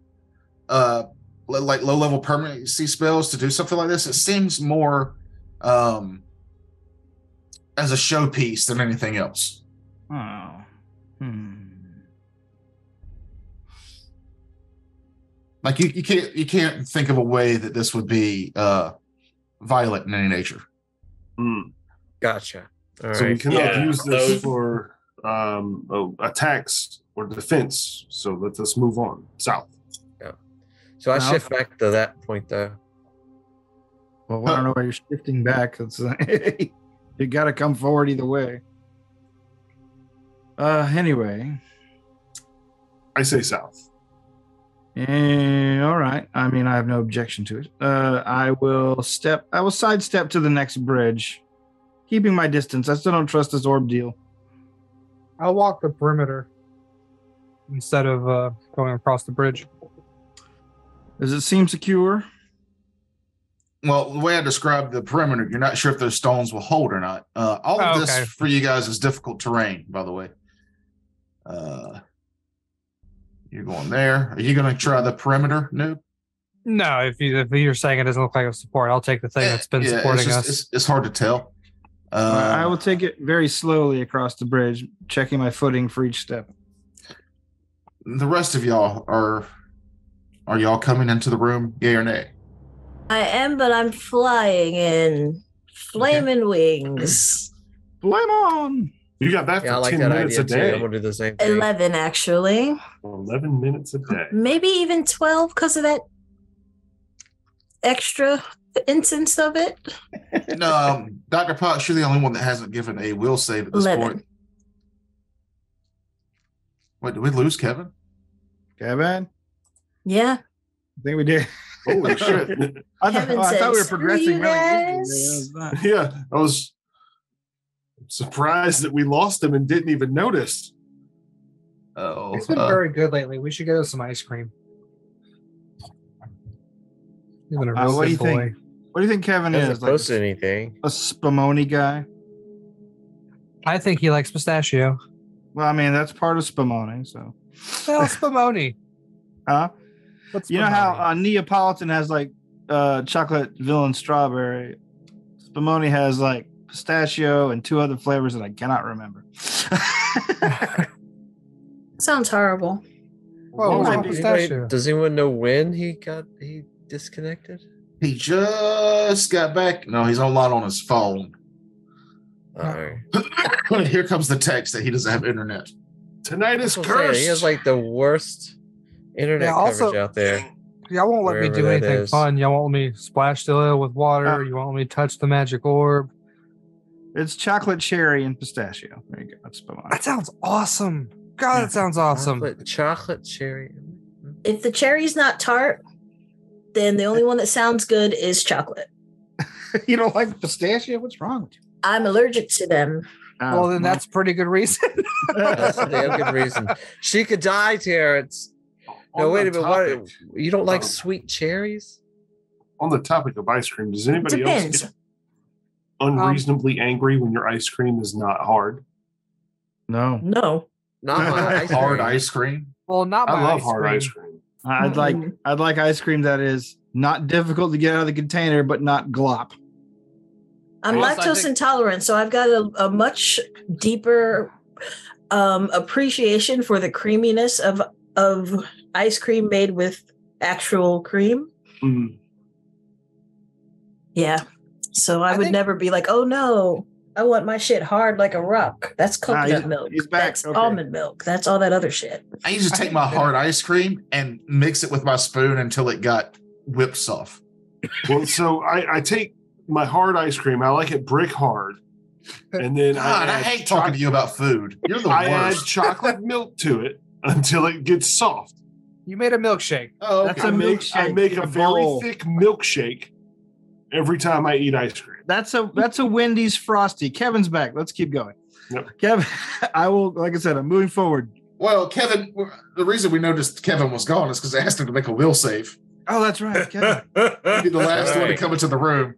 uh, li- like low level permanency spells to do something like this. It seems more um, as a showpiece than anything else.
Oh. Hmm.
Like you, you can't you can't think of a way that this would be uh violent in any nature.
Mm.
Gotcha. All
so we
right.
cannot
Hmm. Yeah,
use this
those-
for um, oh, attacks or defense. So let us move on south.
So I
Now-
shift back to that point though.
Well, I don't know why you're shifting back. It's, you got to come forward either way. Uh, anyway,
I say south.
eh, all right. I mean, I have no objection to it. Uh, I will step. I will sidestep to the next bridge, keeping my distance. I still don't trust this orb deal.
I'll walk the perimeter instead of uh, going across the bridge.
Does it seem secure?
Well, the way I described the perimeter, you're not sure if those stones will hold or not. Uh, all of
Oh,
this
okay.
for you guys is difficult terrain, by the way. Uh, you're going there. Are you going to try the perimeter, noob?
No, if you if you're saying it doesn't look like a support, I'll take the thing that's been
Yeah, it's
supporting
just-
us.
It's, it's hard to tell. Uh,
I will take it very slowly across the bridge, checking my footing for each step.
the rest of y'all are are y'all coming into the room? Yay or nay?
I am, but I'm flying in flaming wings.
Blame on.
You got that for
Yeah, I like
ten
that
minutes
idea
a
too. I'm
day.
gonna do the same thing.
Eleven, actually,
Eleven minutes a day.
maybe even twelve because of that extra incense of it.
No, um, Doctor Potts, you're the only one that hasn't given a will save at this
Eleven.
point. Wait, did we lose Kevin?
Kevin,
Yeah,
I think we did.
Holy shit!
I, thought-
Kevin
oh, I thought we were
says, "Screw
progressing
you
really easily.
guys."
It was not-
yeah, I was surprised that we lost him and didn't even notice.
Oh,
It's been
uh,
very good lately. We should get us some ice cream. You've been a
Uh,
real
what do
good
you
boy.
think? What do you think Kevin
It
is?
Doesn't
Like
post
a
anything.
Spumoni guy?
I think he likes pistachio.
Well, I mean, that's part of Spumoni. So,
Well, Spumoni.
huh?
What's
You know how
Spumoni?
uh, Neapolitan has like uh, chocolate villain strawberry? Spumoni has like pistachio and two other flavors that I cannot remember.
sounds horrible.
Whoa,
Why
what's
do
on
you-
pistachio?
Does anyone know when he got he disconnected?
he just got back. No, he's online on his phone.
All right.
Here comes the text that he doesn't have internet.
Tonight is
That's what I'm saying.
cursed.
He has like the worst internet
Yeah, also-
coverage out there.
Y'all won't let me do
Wherever that
anything
is.
fun. Y'all won't let me splash the oil with water.
Uh,
you won't let me touch the magic orb.
it's chocolate cherry and pistachio. There you go. That's Spumoni.
That sounds awesome. God, that sounds awesome.
Chocolate, chocolate cherry.
If the cherry's not tart, then the only one that sounds good is chocolate.
you don't like pistachio? What's wrong with you?
I'm allergic to them.
Uh,
Well, then that's pretty good reason.
That's a damn good reason. She could die, Terrence. No,
On
wait a
the
minute. What?
topic-
You don't like
Oh.
sweet cherries?
on the topic of ice cream, does anybody
Depends.
else get Um, unreasonably angry when your ice cream is not hard?
no.
No,
Not my ice
Hard
cream.
ice cream.
well, not my
I love
ice
hard
cream.
ice cream.
I'd like
Mm-hmm.
Mm-mm.
I'd like ice cream that is not difficult to get out of the container, but not glop.
I'm
Yes, I
lactose
think-
intolerant, so I've got a, a much deeper um, appreciation for the creaminess of of ice cream made with actual cream.
Mm.
Yeah, so I,
I
would
think-
never be like, oh no, I want my shit hard like a rock. That's
Ah,
coconut
he's-
milk.
he's back.
That's
Okay.
almond milk. That's all that other shit.
I used to take my hard ice cream and mix it with my spoon until it got whipped soft.
Mm. Well, so I, I take my hard ice cream. I like it brick hard, and then
God, I,
add
hate talking to you about food. You're the
I add
worst.
chocolate milk to it until it gets soft.
You made a milkshake.
oh,
That's
I
a
make I
milkshake
make
in
a
a
very
bowl.
thick milkshake every time I eat ice cream.
That's a that's a Wendy's frosty. Kevin's back. Let's keep going.
Yep.
Kevin, I will. Like I said, I'm moving forward.
Well, Kevin, the reason we noticed Kevin was gone is because I asked him to make a will save.
Oh, that's right, Kevin.
He'd be the last one to
Right.
come into the room.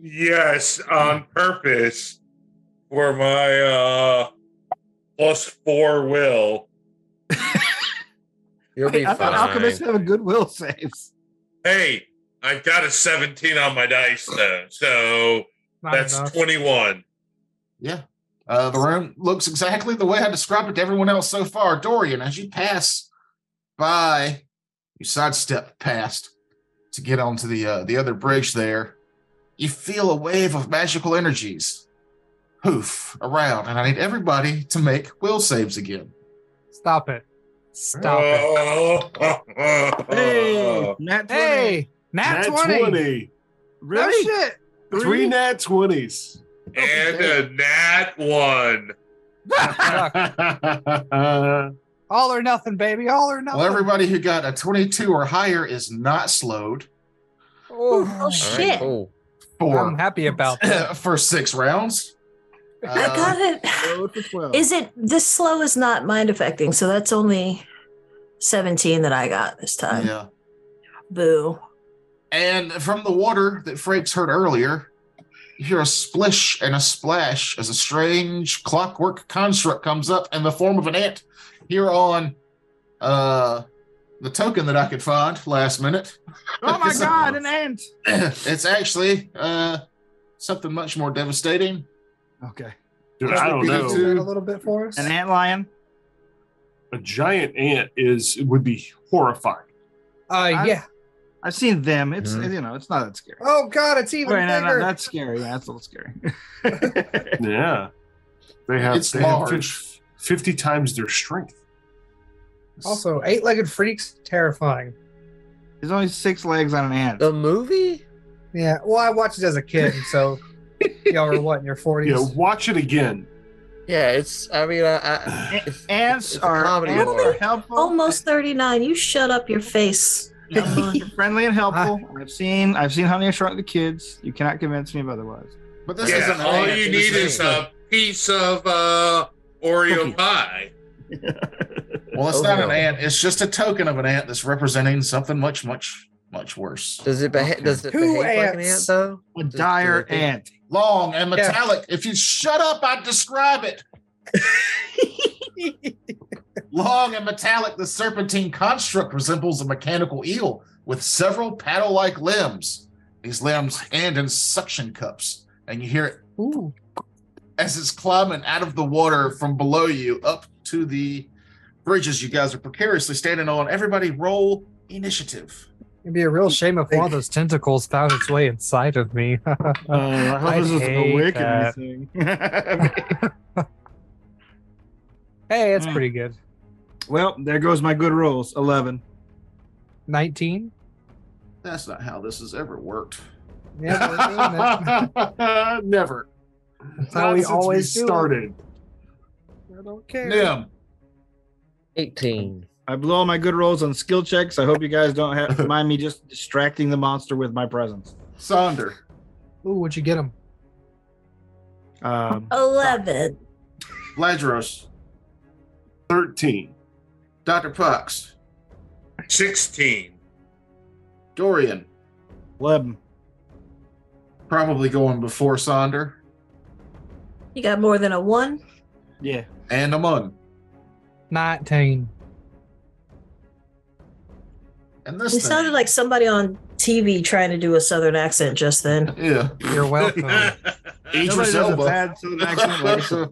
Yes, on purpose for my uh plus four will.
You'll be
I
fine.
thought alchemists have a goodwill saves.
Hey, I've got a 17 on my dice though, so
Not
that's
enough.
21.
Yeah. Uh, the room looks exactly the way I described it to everyone else so far. Dorian, as you pass by You sidestep past to get onto the uh, the other bridge there. You feel a wave of magical energies hoof around, and I need everybody to make will saves again.
Stop it. Stop it.
Oh, Hey, Nat 20.
Hey, nat, 20. No
really?
shit.
Three nat 20s.
and a nat one.
All or nothing, baby. All or
Oh.
nothing.
Well, everybody who got a 22 or higher is not slowed
Oh,
Ooh,
All
shit.
right, cool.
I'm
for
happy about that.
for six rounds.
Um,
Uh,
Uh,
I got it.
Roll to 12.
Is it this slow is not mind affecting, so that's only 17 that I got this time.
Yeah.
Boo.
And from the water that Frakes heard earlier, you hear a splish and a splash as a strange clockwork construct comes up in the form of an ant. Here on uh, the token that I could find last minute,
oh my god, an ant!
it's actually uh, something much more devastating.
Okay.
Dude, I don't
Can you do
know.
that a little bit for us.
An ant lion?
A giant ant is would be horrifying.
Uh, yeah.
I've seen them. It's
Mhm.
you know, it's not that scary.
Oh God, it's even
Wait, no, no,
bigger.
that's scary. Yeah, that's a little scary.
Yeah. They have,
It's
they have
large.
fif- 50 times their strength.
also, eight-legged freaks, terrifying.
There's only six legs on an ant.
The movie?
Yeah. Well, I watched it as a kid, so y'all were what in your forties?
Yeah, watch it again.
Yeah, it's. I mean, I. I
A-
it's-
Ants
it's a
are,
comedy
ants
horror.
are helpful.
Almost 39. You shut up your face.
They're friendly and helpful. I've seen I've seen Honey I Shrunk the Kids. You cannot convince me of otherwise.
But this
yeah,
isn't an
all
ant,
you
it
need is
an
a piece of uh, Oreo
Cookie.
pie.
Well, it's not an
Oatmeal.
ant. It's just a token of an ant that's representing something much, much, much worse.
Does it behave?
Okay.
Does it
Who
behave like an ant
ants?
though?
A
Does- does
dire
it think-
ant.
Long and metallic. If you shut up, I describe it. Long and metallic, the serpentine construct resembles a mechanical eel with several paddle like limbs. These limbs end in suction cups, and you hear it
Ooh.
as it's climbing out of the water from below you up to the bridges you guys are precariously standing on. Everybody roll initiative.
It'd be a real shame if one of those tentacles found its way inside of me.
Uh, I hope
I'd
this isn't a
hate
wick or
that.
anything.
hey, that's
Mm.
pretty good.
well, there goes my good rolls. Eleven.
Nineteen.
That's not how this has ever worked.
Yeah, we're doing it.
Never.
That's how we
since
always do it.
started.
I don't care.
Nim.
Eighteen.
I blow all my good rolls on skill checks. I hope you guys don't have, mind me just distracting the monster with my presence.
Sonder.
Ooh, what'd you get him?
Um,
11.
Ladros.
13.
Dr. Pucks.
Sixteen.
Dorian.
Eleven.
Probably going before Sonder.
You got more than a one?
Yeah.
And Amon.
Nineteen.
And this
It
thing.
sounded like somebody on TV trying to do a southern accent just then.
Yeah.
You're welcome.
Nobody
Idris
does a
Elba.
bad Southern accent like us.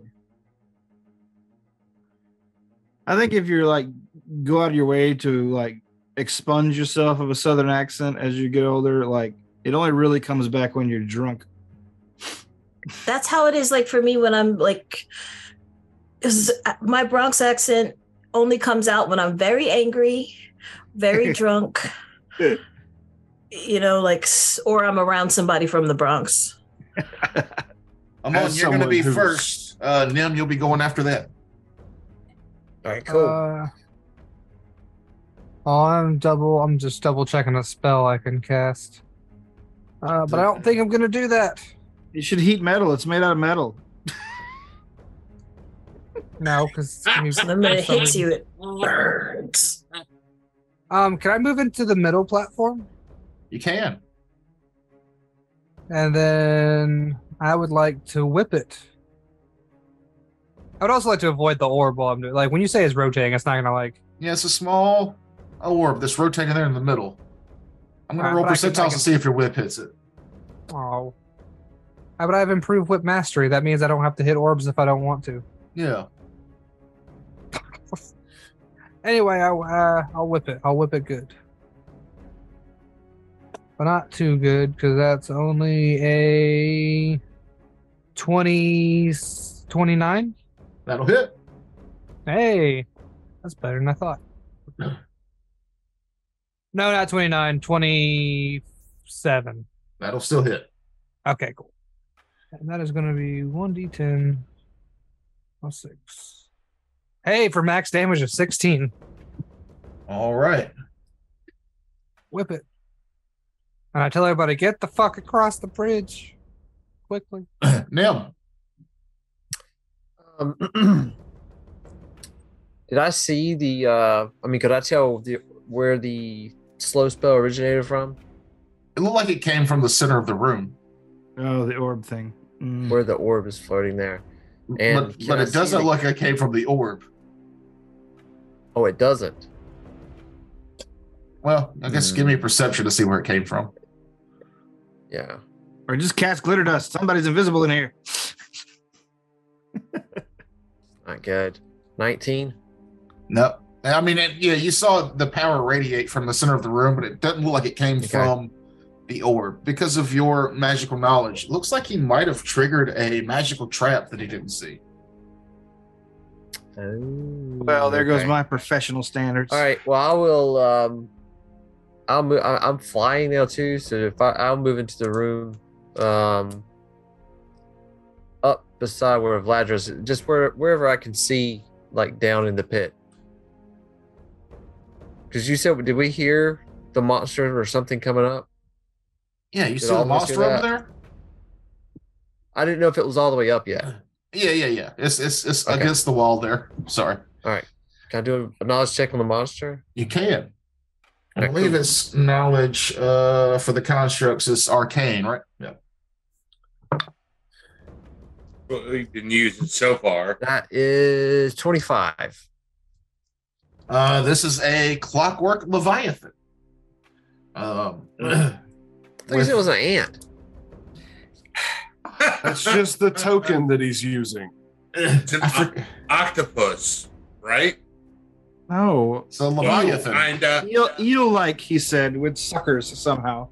I think if you're like go out of your way to like expunge yourself of a southern accent as you get older, like it only really comes back when you're drunk.
That's how it is like for me when I'm like, 'cause uh, my Bronx accent only comes out when I'm very angry, very drunk, you know, like, s- or I'm around somebody from the Bronx.
Amon,
As
you're going to
someone
be
who's-
first. Uh, Nim, you'll be going after that.
All right, cool.
Uh, oh, I'm double. I'm just double checking a spell I can cast. Uh, but I don't think I'm gonna do that.
You should heat metal. It's made out of metal.
No, because it's gonna be.
And then
for
it
some
hits
reason-
you, it burns.
Um, can I move into the middle platform?
You can.
And then I would like to whip it. I would also like to avoid the orb while I'm doing. Like when you say it's rotating, it's not gonna like.
Yeah, it's a small orb that's rotating there in the middle. I'm going
All right,
to roll
but I can- I
percentiles
can-
to see if your whip hits it.
Oh. Uh, But I have improved whip mastery. That means I don't have to hit orbs if I don't want to.
Yeah.
Anyway, I, uh, I'll whip it. I'll whip it good. but not too good because that's only a 20, 29.
That'll hit.
Hey, that's better than I thought. No, not 29, 27.
That'll still hit.
Okay, cool. And that is going to be 1d10 plus 6. Hey, for max damage of 16.
All right.
Whip it. And I tell everybody, get the fuck across the bridge quickly.
Nim.
Um, did I see the? Uh, I mean, could I tell the, where the slow spell originated from?
It looked like it came from the center of the room,
Oh, the orb thing. Mm.
Where the orb is floating there? And
but,
can
but
I
it
see
doesn't
the-
look like it came from the orb.
Oh, it doesn't.
Well, I guess
Hmm.
give me a perception to see where it came from.
Yeah.
Or just cast glitter dust. Somebody's invisible in here.
Not good. 19.
Nope. I mean, it, yeah, you saw the power radiate from the center of the room, but it doesn't look like it came
Okay.
from the orb because of your magical knowledge. Looks like he might have triggered a magical trap that he didn't see.
Oh,
Well, there goes
okay.
my professional standards.
All right. Well, I will. Um, I'll move. I'm flying now too, so if I, I'll move into the room, um, up beside where Vladra's, just where wherever I can see, like down in the pit. Because you said, did we hear the monster or something coming up?
Yeah, you
Did
see
all
the
of us
monster
hear
over
that?
there?
I didn't know if it was all the way up yet.
Yeah, yeah, yeah. It's it's it's
Okay.
against the wall there. Sorry.
Can I do a knowledge check on the monster?
You can. I
Okay,
believe
cool.
it's knowledge uh, for the constructs is arcane, right? Yeah.
But we've been using so far.
That is 25.
Uh, this is a clockwork leviathan. Um,
I think it was an ant.
That's just the token that he's using.
It's an
I for-
octopus, right?
Oh,
so leviathan.
Kinda.
eel, eel like he said with suckers somehow.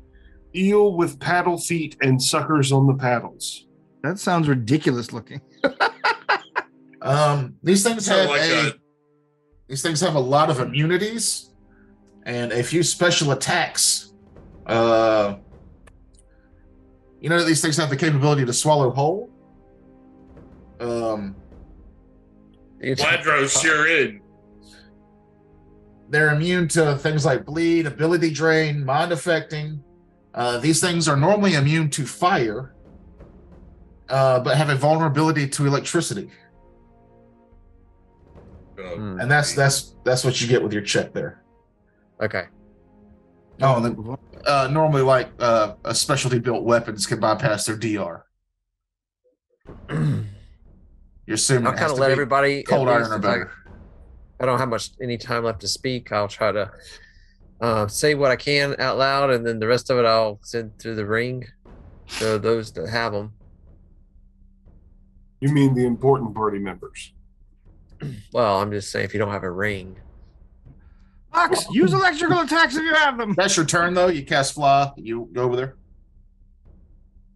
Eel with paddle feet and suckers on the paddles.
That sounds ridiculous looking.
Um, these things
Kinda
have
like uh,
a,
a,
these things have a lot of immunities and a few special attacks. Uh, you know these things have the capability to swallow whole. Um,
Ladro sure in.
they're immune to things like bleed, ability drain, mind affecting. Uh, these things are normally immune to fire, uh, but have a vulnerability to electricity,
Oh,
Hmm,
and that's that's that's what you get with your check there.
Okay.
Oh, and then uh, normally like uh, a specialty built weapons can bypass their DR. You're assuming
I'll
it
kind
has
of
to
let
be
everybody. at
cold
least
iron or
if I-
better.
I don't have much any time left to speak. I'll try to uh, say what I can out loud, and then the rest of it I'll send through the ring to those that have them.
You mean the important party members?
Well, I'm just saying if you don't have a ring,
Fox, use electrical attacks if you have them.
That's your turn though. You cast fly. You go over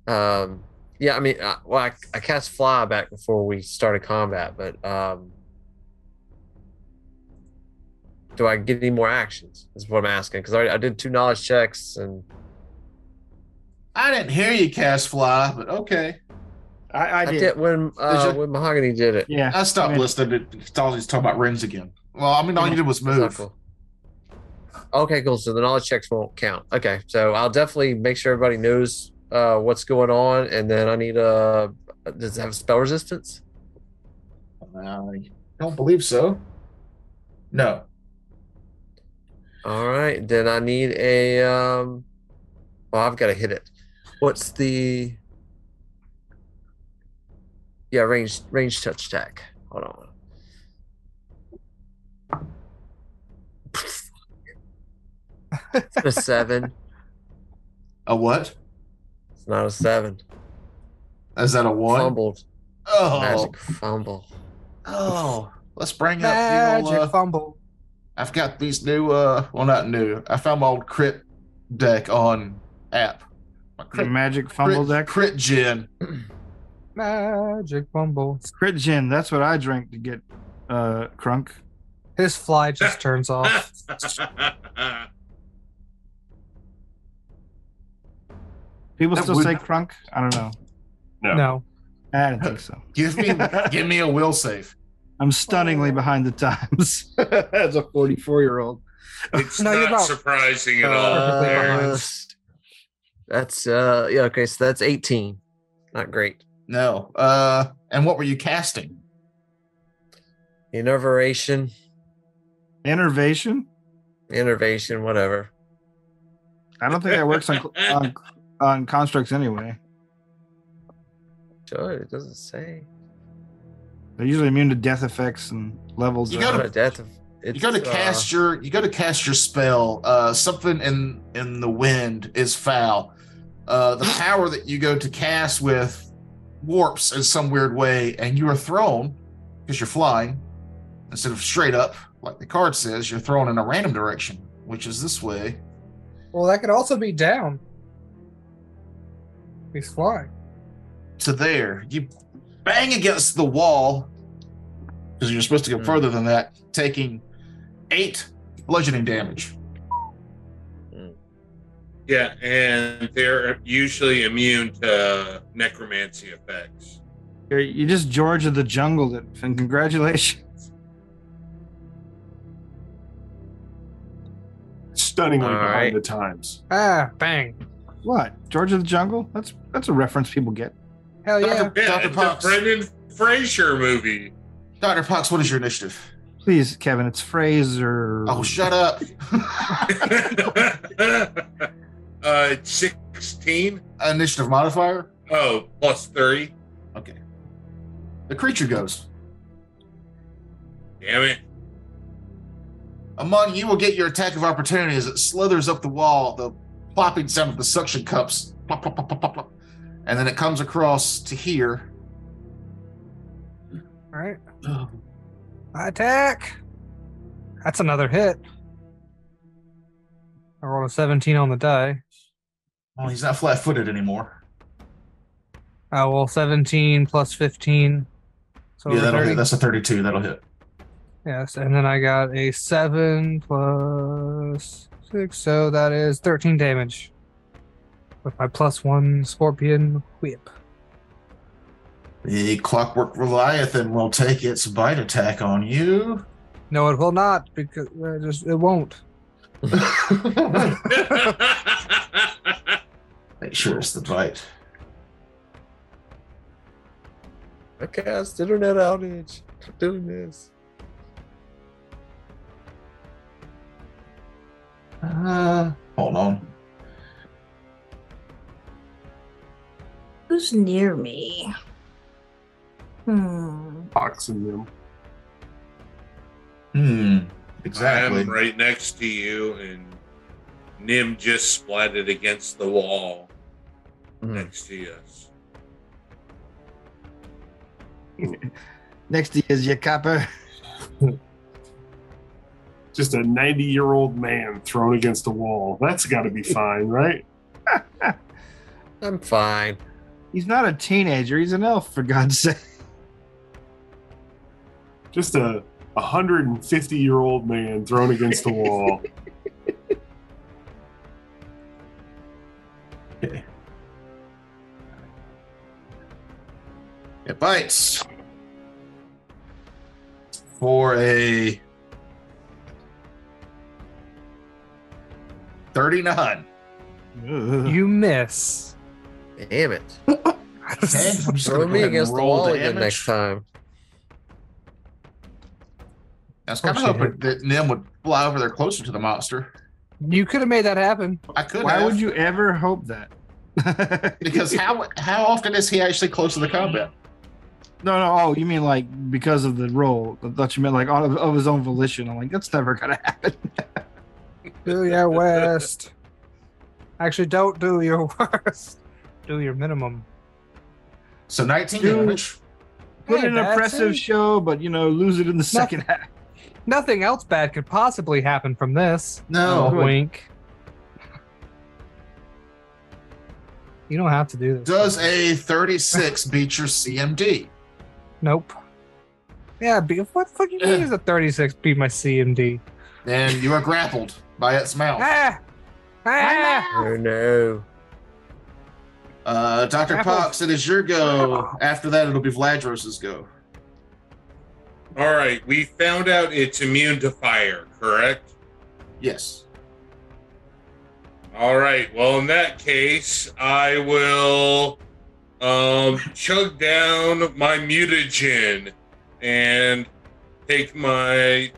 there.
um, yeah, I mean, I, well, I, I cast fly back before we started combat, but um, do I get any more actions? Is what I'm asking because I, I did two knowledge checks and
I didn't hear you cast fly, but okay.
I, I
I
did.
did when uh,
you-
when Mahogany did it.
Yeah.
I stopped
I mean-
listening to it's all these talking about rings again. Well, I mean, all you did was
That's not
move.
cool. Okay, cool. So the knowledge checks won't count. Okay, so I'll definitely make sure everybody knows uh, what's going on, and then I need a. Does it have spell resistance?
I don't believe so. No.
All right, then I need a. Um, well, I've got to hit it. What's the? Yeah, range range touch attack. Hold on. It's a seven.
A what?
It's not a seven.
Is that a one?
Fumbled.
Oh.
Magic fumble.
Oh. Let's bring up the
Magic
old, uh,
fumble.
I've got these new uh well not new. I found my old crit deck on app. My
The
crit,
magic fumble
crit,
deck.
crit gin.
Magic Bumble.
Crit gin. That's what I drank to get uh crunk.
His fly just turns off.
People
That
still
would-
say crunk. I don't know.
No.
No.
I don't think so.
Give me, give me a will save.
I'm stunningly behind the times as a 44 year old.
it's
No, you're
not,
not.
surprising at all.
Uh, Perfectly
Uh,
behind.
that's uh yeah okay so that's 18 not great
No. Uh, and what were you casting?
innervation
Innervation?
innervation whatever
I don't think that works on on, on constructs anyway.
Sure, it doesn't say
They're usually immune to death effects and levels.
You
of-
gotta-
Not a death of-
You got to
it's, uh,
cast your you got to cast your spell. Uh, something in in the wind is foul. Uh, the power that you go to cast with warps in some weird way, and you are thrown because you're flying instead of straight up, like the card says. You're thrown in a random direction, which is this way.
Well, that could also be down. He's flying.
to there. You bang against the wall because you're supposed to go
Hmm.
further than that, taking eight bludgeoning damage.
Yeah, and they're usually immune to uh, necromancy effects.
You're, you just George of the jungle, it, and congratulations.
Stunningly
All
behind
right.
the times.
Ah, bang.
What? George of the jungle? That's that's a reference people get.
Hell yeah.
Dr.
Yeah,
Dr.
it's a
Pox.
Brendan Fraser movie.
Dr. Pox, what is your initiative?
Please, Kevin, it's Fraser.
Oh, shut up.
uh, 16.
initiative modifier.
Oh, plus 30.
The creature goes.
Damn it.
Amon, you will get your attack of opportunity as it slithers up the wall, the plopping sound of the suction cups. Plop, plop, plop, plop, plop, plop. And then it comes across to here.
All right.
Oh,
Attack. That's another hit. I rolled a 17 on the die.
Well, he's not flat footed anymore.
Oh, well, 17 plus 15. So
yeah,
over
that'll
30.
hit. That's a 32. That'll hit.
Yes, and then I got a 7 plus 6, so that is 13 damage. With my plus 1 scorpion whip.
The clockwork Leviathan will take its bite attack on you.
No, it will not, because uh, just, it won't.
Make sure it's the bite.
I cast internet outage for doing this
Uh, hold on.
Who's near me? Hmm.
Fox in them.
Hmm.
I
Exactly.
am right next to you, and Nim just splatted against the wall
Mm.
next to us.
Next to you is your copper.
Just a 90 year old man thrown against a wall. That's got to be fine, right?
i'm fine
He's not a teenager. He's an elf, for God's sake.
Just a 150 year old man thrown against the wall.
It bites. For a 39.
Ugh.
You miss.
damn it
Okay. I'm just gonna
throw
go
me
ahead and
against the
roll
wall again
damage.
next time
I was kind of
Oh, shit.
hoping that Nim would fly over there closer to the monster.
You could have made that happen.
I could
Why
have,
would you ever hope that?
Because how how often is he actually close to the combat?
No, no. Oh, you mean like because of the role? I thought you meant like out of, of his own volition. I'm like, that's never gonna happen.
Do your worst. Actually, don't do your worst. Do your minimum.
So 19
Dude.
damage.
Put
Hey,
in an
that's
impressive
it.
show, but you know, lose it in the second half.
Nothing else bad could
Oh,
possibly happen from this.
No.
Wink. You don't have to do this.
Does a 36 beat your CMD?
Nope. Yeah, be, what the fuck you mean is a 36 beat my CMD?
Then you are grappled by its mouth.
Ah! Ah!
Oh no.
Uh, Dr.
Grappled.
Pox, it is your go. After that, it'll be Vladros' go.
All right, we found out it's immune to fire, correct?
Yes.
All right. Well, in that case, I will um, chug down my mutagen and take my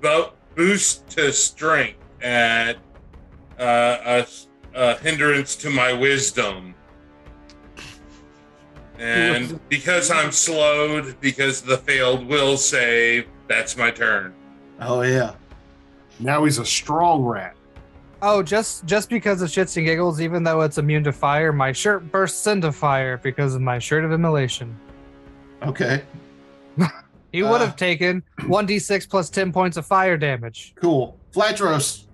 bo- boost to strength at uh, a, a hindrance to my wisdom. And because I'm slowed, because of the failed will save, that's my turn.
Oh, yeah.
Now he's a strong rat.
Oh, just just because of shits and giggles, even though it's immune to fire, my shirt bursts into fire because of my shirt of immolation.
Okay.
He would
Uh.
have taken 1d6 plus 10 points of fire damage.
Cool. Vladros,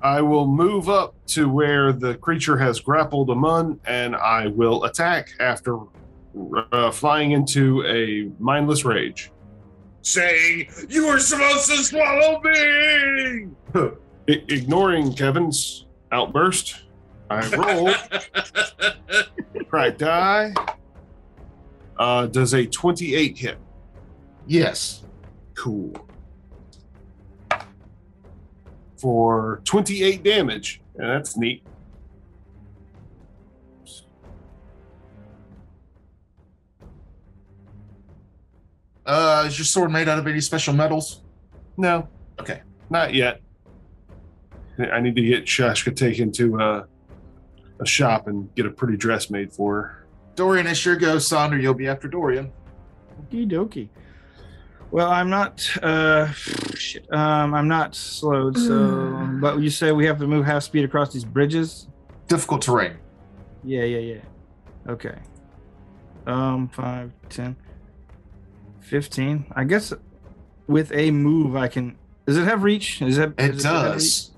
I will move up to where the creature has grappled Amun, and I will attack after uh, flying into a mindless rage.
Saying, You were supposed to swallow me!
I- ignoring Kevin's outburst, I roll crack die. Uh, does a 28 hit?
yes.
Cool. For 28 damage. Yeah, that's neat.
Uh, is your sword made out of any special metals?
No.
Okay.
Not yet. I need to get Shashka taken to a, a shop and get a pretty dress made for her.
Dorian, it's your go. Sonder, you'll be after Dorian.
Okie dokie. Well, I'm not. Uh, shit. Um, I'm not slowed. So,
Mm.
but you say we have to move half speed across these bridges.
Difficult terrain.
Yeah, yeah, yeah. Okay. Um, five, ten, fifteen. I guess with a move, I can. Does it have reach? Is that
It
does have reach?
does.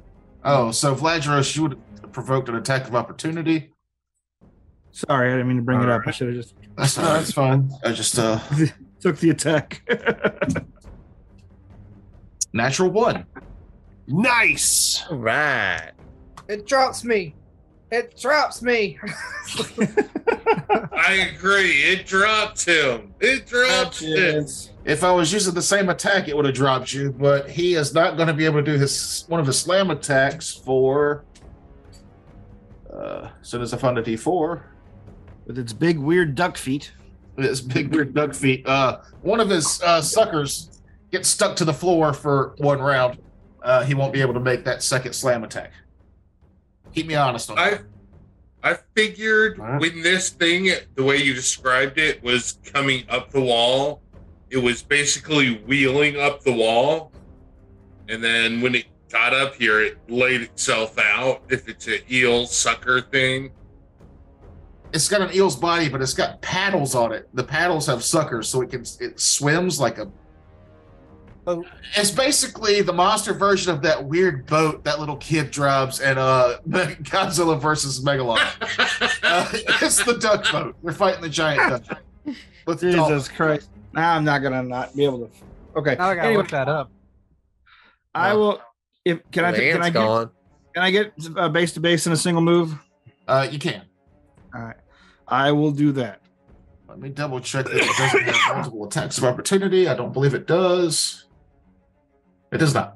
Oh, so Vladros, you would have provoked an attack of opportunity.
Sorry, I didn't mean to bring it up. I should have just
That's
No,
not.
that's fine.
I just uh
took the attack.
natural one.
Nice.
All right.
It drops me. It drops me.
I agree. It dropped him. It dropped him.
If I was using the same attack, it would have dropped you. But he is not going to be able to do his one of his slam attacks for. Uh, as soon as I find a D4,
with its big weird duck feet.
his big weird duck feet. Uh, one of his uh, suckers gets stuck to the floor for one round. Uh, he won't be able to make that second slam attack. Keep me honest on that.
I I figured
Wow.
when this thing, the way you described it, was coming up the wall, it was basically wheeling up the wall. And then when it got up here, it laid itself out. If it's an eel sucker thing,
it's got an eel's body, but it's got paddles on it. The paddles have suckers, so it can it swims like a.
Oh.
Boat.
It's basically the monster version of that weird boat that little kid drives in uh, Godzilla versus Megalon. uh, it's the duck boat. They're fighting the giant duck. With dolphins.
Jesus Christ. Now I'm not gonna not be able to. Okay.
Now I gotta
Anyway,
look that up.
I will. If can I
the
can
ant's
I get
gone.
can I get uh, base to base in a single move?
Uh, you can.
All right. I will do that.
Let me double check that it doesn't have multiple attacks of opportunity. I don't believe it does. It does not.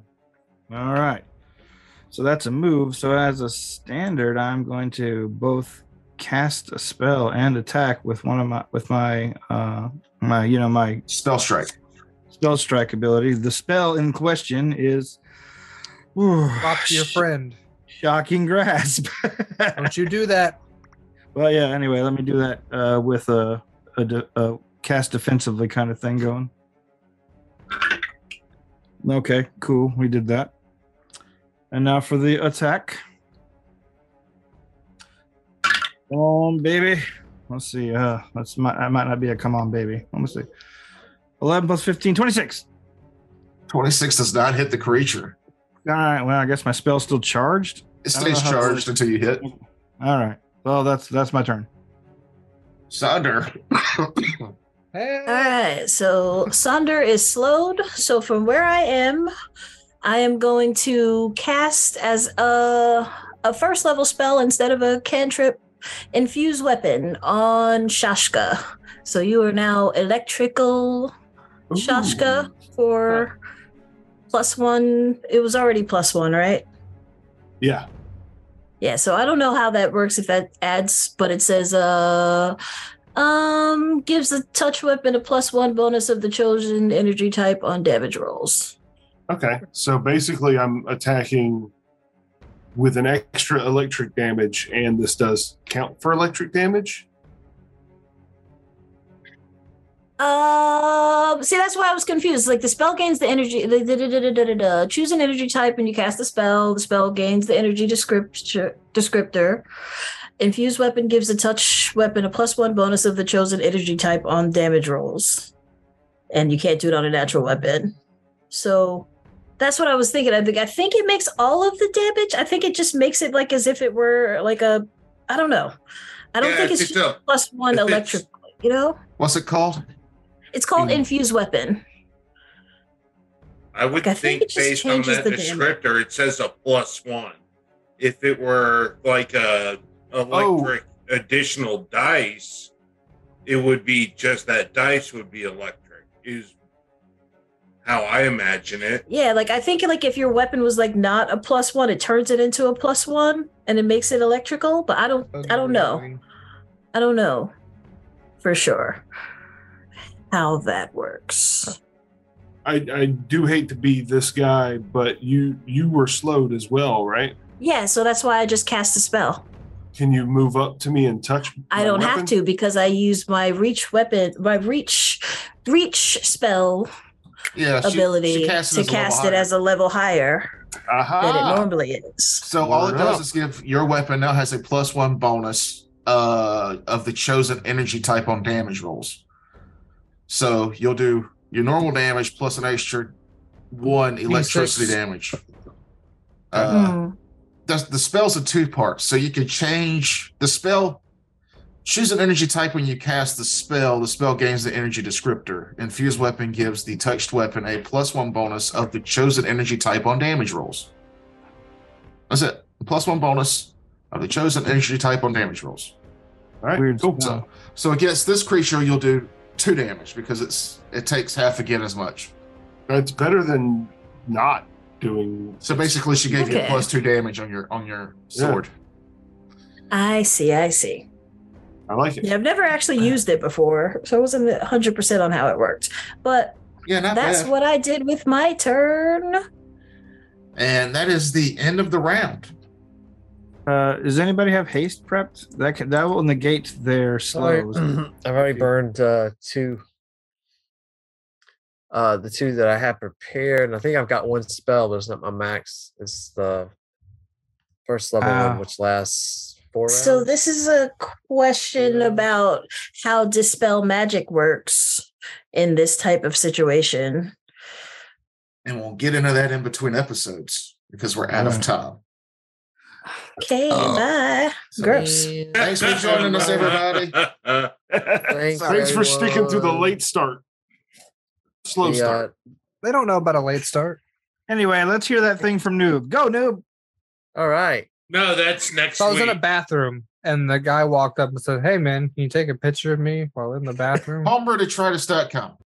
All right. So that's a move. So as a standard, I'm going to both cast a spell and attack with one of my with my uh my you know my
Spell strike.
spell strike ability. The spell in question is whew,
Drop to your friend.
shocking grasp.
Don't you do that.
well, yeah. Anyway, let me do that uh, with a, a, de- a cast defensively kind of thing going. Okay, cool. We did that. And now for the attack. Come on, baby. Let's see. Uh, that's my, that might not be a come on, baby. Let me see. 11 plus 15, 26.
26 does not hit the creature.
All right. Well, I guess my spell's still charged.
It
I don't know
stays
how it
charged until you hit.
All right. Well, that's that's my turn.
Sunder.
Hey.
All right, so Sonder is slowed. So from where I am, I am going to cast as a a first level spell instead of a cantrip, infuse weapon on Shashka. So you are now electrical Shashka for plus one. It was already plus one, right?
Yeah.
Yeah, so I don't know how that works if that adds, but it says uh um gives the touch weapon a plus one bonus of the chosen energy type on damage rolls.
Okay. So basically, I'm attacking with an extra electric damage, and this does count for electric damage.
Um see that's why I was confused. Like the spell gains the energy the da, da, da, da, da, da, da. choose an energy type and you cast the spell. The spell gains the energy descriptor descriptor. Infused weapon gives a touch weapon a plus one bonus of the chosen energy type on damage rolls. And you can't do it on a natural weapon. So that's what I was thinking. I think I think it makes all of the damage. I think it just makes it like as if it were like a I don't know. I don't
Yeah,
think
it
it's
picks
just
up.
plus one
It fits.
electric, you know?
What's it called?
It's called
Mhm.
infused weapon.
I
Like,
would
I think
think,
it just
based on
changes
that
the damage.
descriptor, it says a plus one. If it were like a
Oh.
electric additional dice, it would be just that dice would be electric. Is how I imagine it.
Yeah, like I think like if your weapon was like not a plus one, it turns it into a plus one and it makes it electrical. But I don't, I don't know. I don't know for sure how that works.
I, I do hate to be this guy, but you you were slowed as well, right?
Yeah, so that's why I just cast a spell.
Can you move up to me and touch?
I
my
don't
weapon?
have to because I use my reach weapon, my reach, reach spell
Yeah. she-
ability
she cast
to
it as a level
cast it
higher. Ah!
as a level higher than it
Aha!
normally is.
So all it
Word
does
up.
is give your weapon now has a plus one bonus uh, of the chosen energy type on damage rolls. So you'll do your normal damage plus an extra one electricity
D6.
damage.
Hmm.
Uh, the, the spell's a two part, so you can change the spell. Choose an energy type when you cast the spell. The spell gains the energy descriptor. Infused weapon gives the touched weapon a plus one bonus of the chosen energy type on damage rolls. That's it. Plus one bonus of the chosen energy type on damage rolls.
All right,
Weird
cool.
spell.
So, so against this creature, you'll do two damage because it's it takes half again as much.
That's better than not doing.
So basically, she gave you
Okay.
plus two damage on your on your
Yeah.
sword.
I see, I see.
I like it.
Yeah, I've never actually used it before, so I wasn't 100% on how it worked. But
Yeah, not
that's
bad.
what I did with my turn.
And that is the end of the round.
Uh, does anybody have haste prepped? That can, that will negate their
Sorry.
slows.
I've already burned uh, two. Uh, the two that I had prepared, and I think I've got one spell, but it's not my max. It's the first level
Ah.
one, which lasts four rounds.
So this is a question
Yeah.
about how dispel magic works in this type of situation.
And we'll get into that in between episodes because we're out of
Right.
time.
Okay,
Oh.
bye. Gross.
And
Thanks for joining us, everybody.
Thanks for
everyone.
sticking to the late start, slow
the,
start.
uh,
They don't know about a late start.
Anyway, let's hear that thing from Noob. Go Noob.
all right.
No, that's next
So I was
week.
in a bathroom and the guy walked up and said, Hey man, can you take a picture of me while in the bathroom?
Homebrew to try to start com.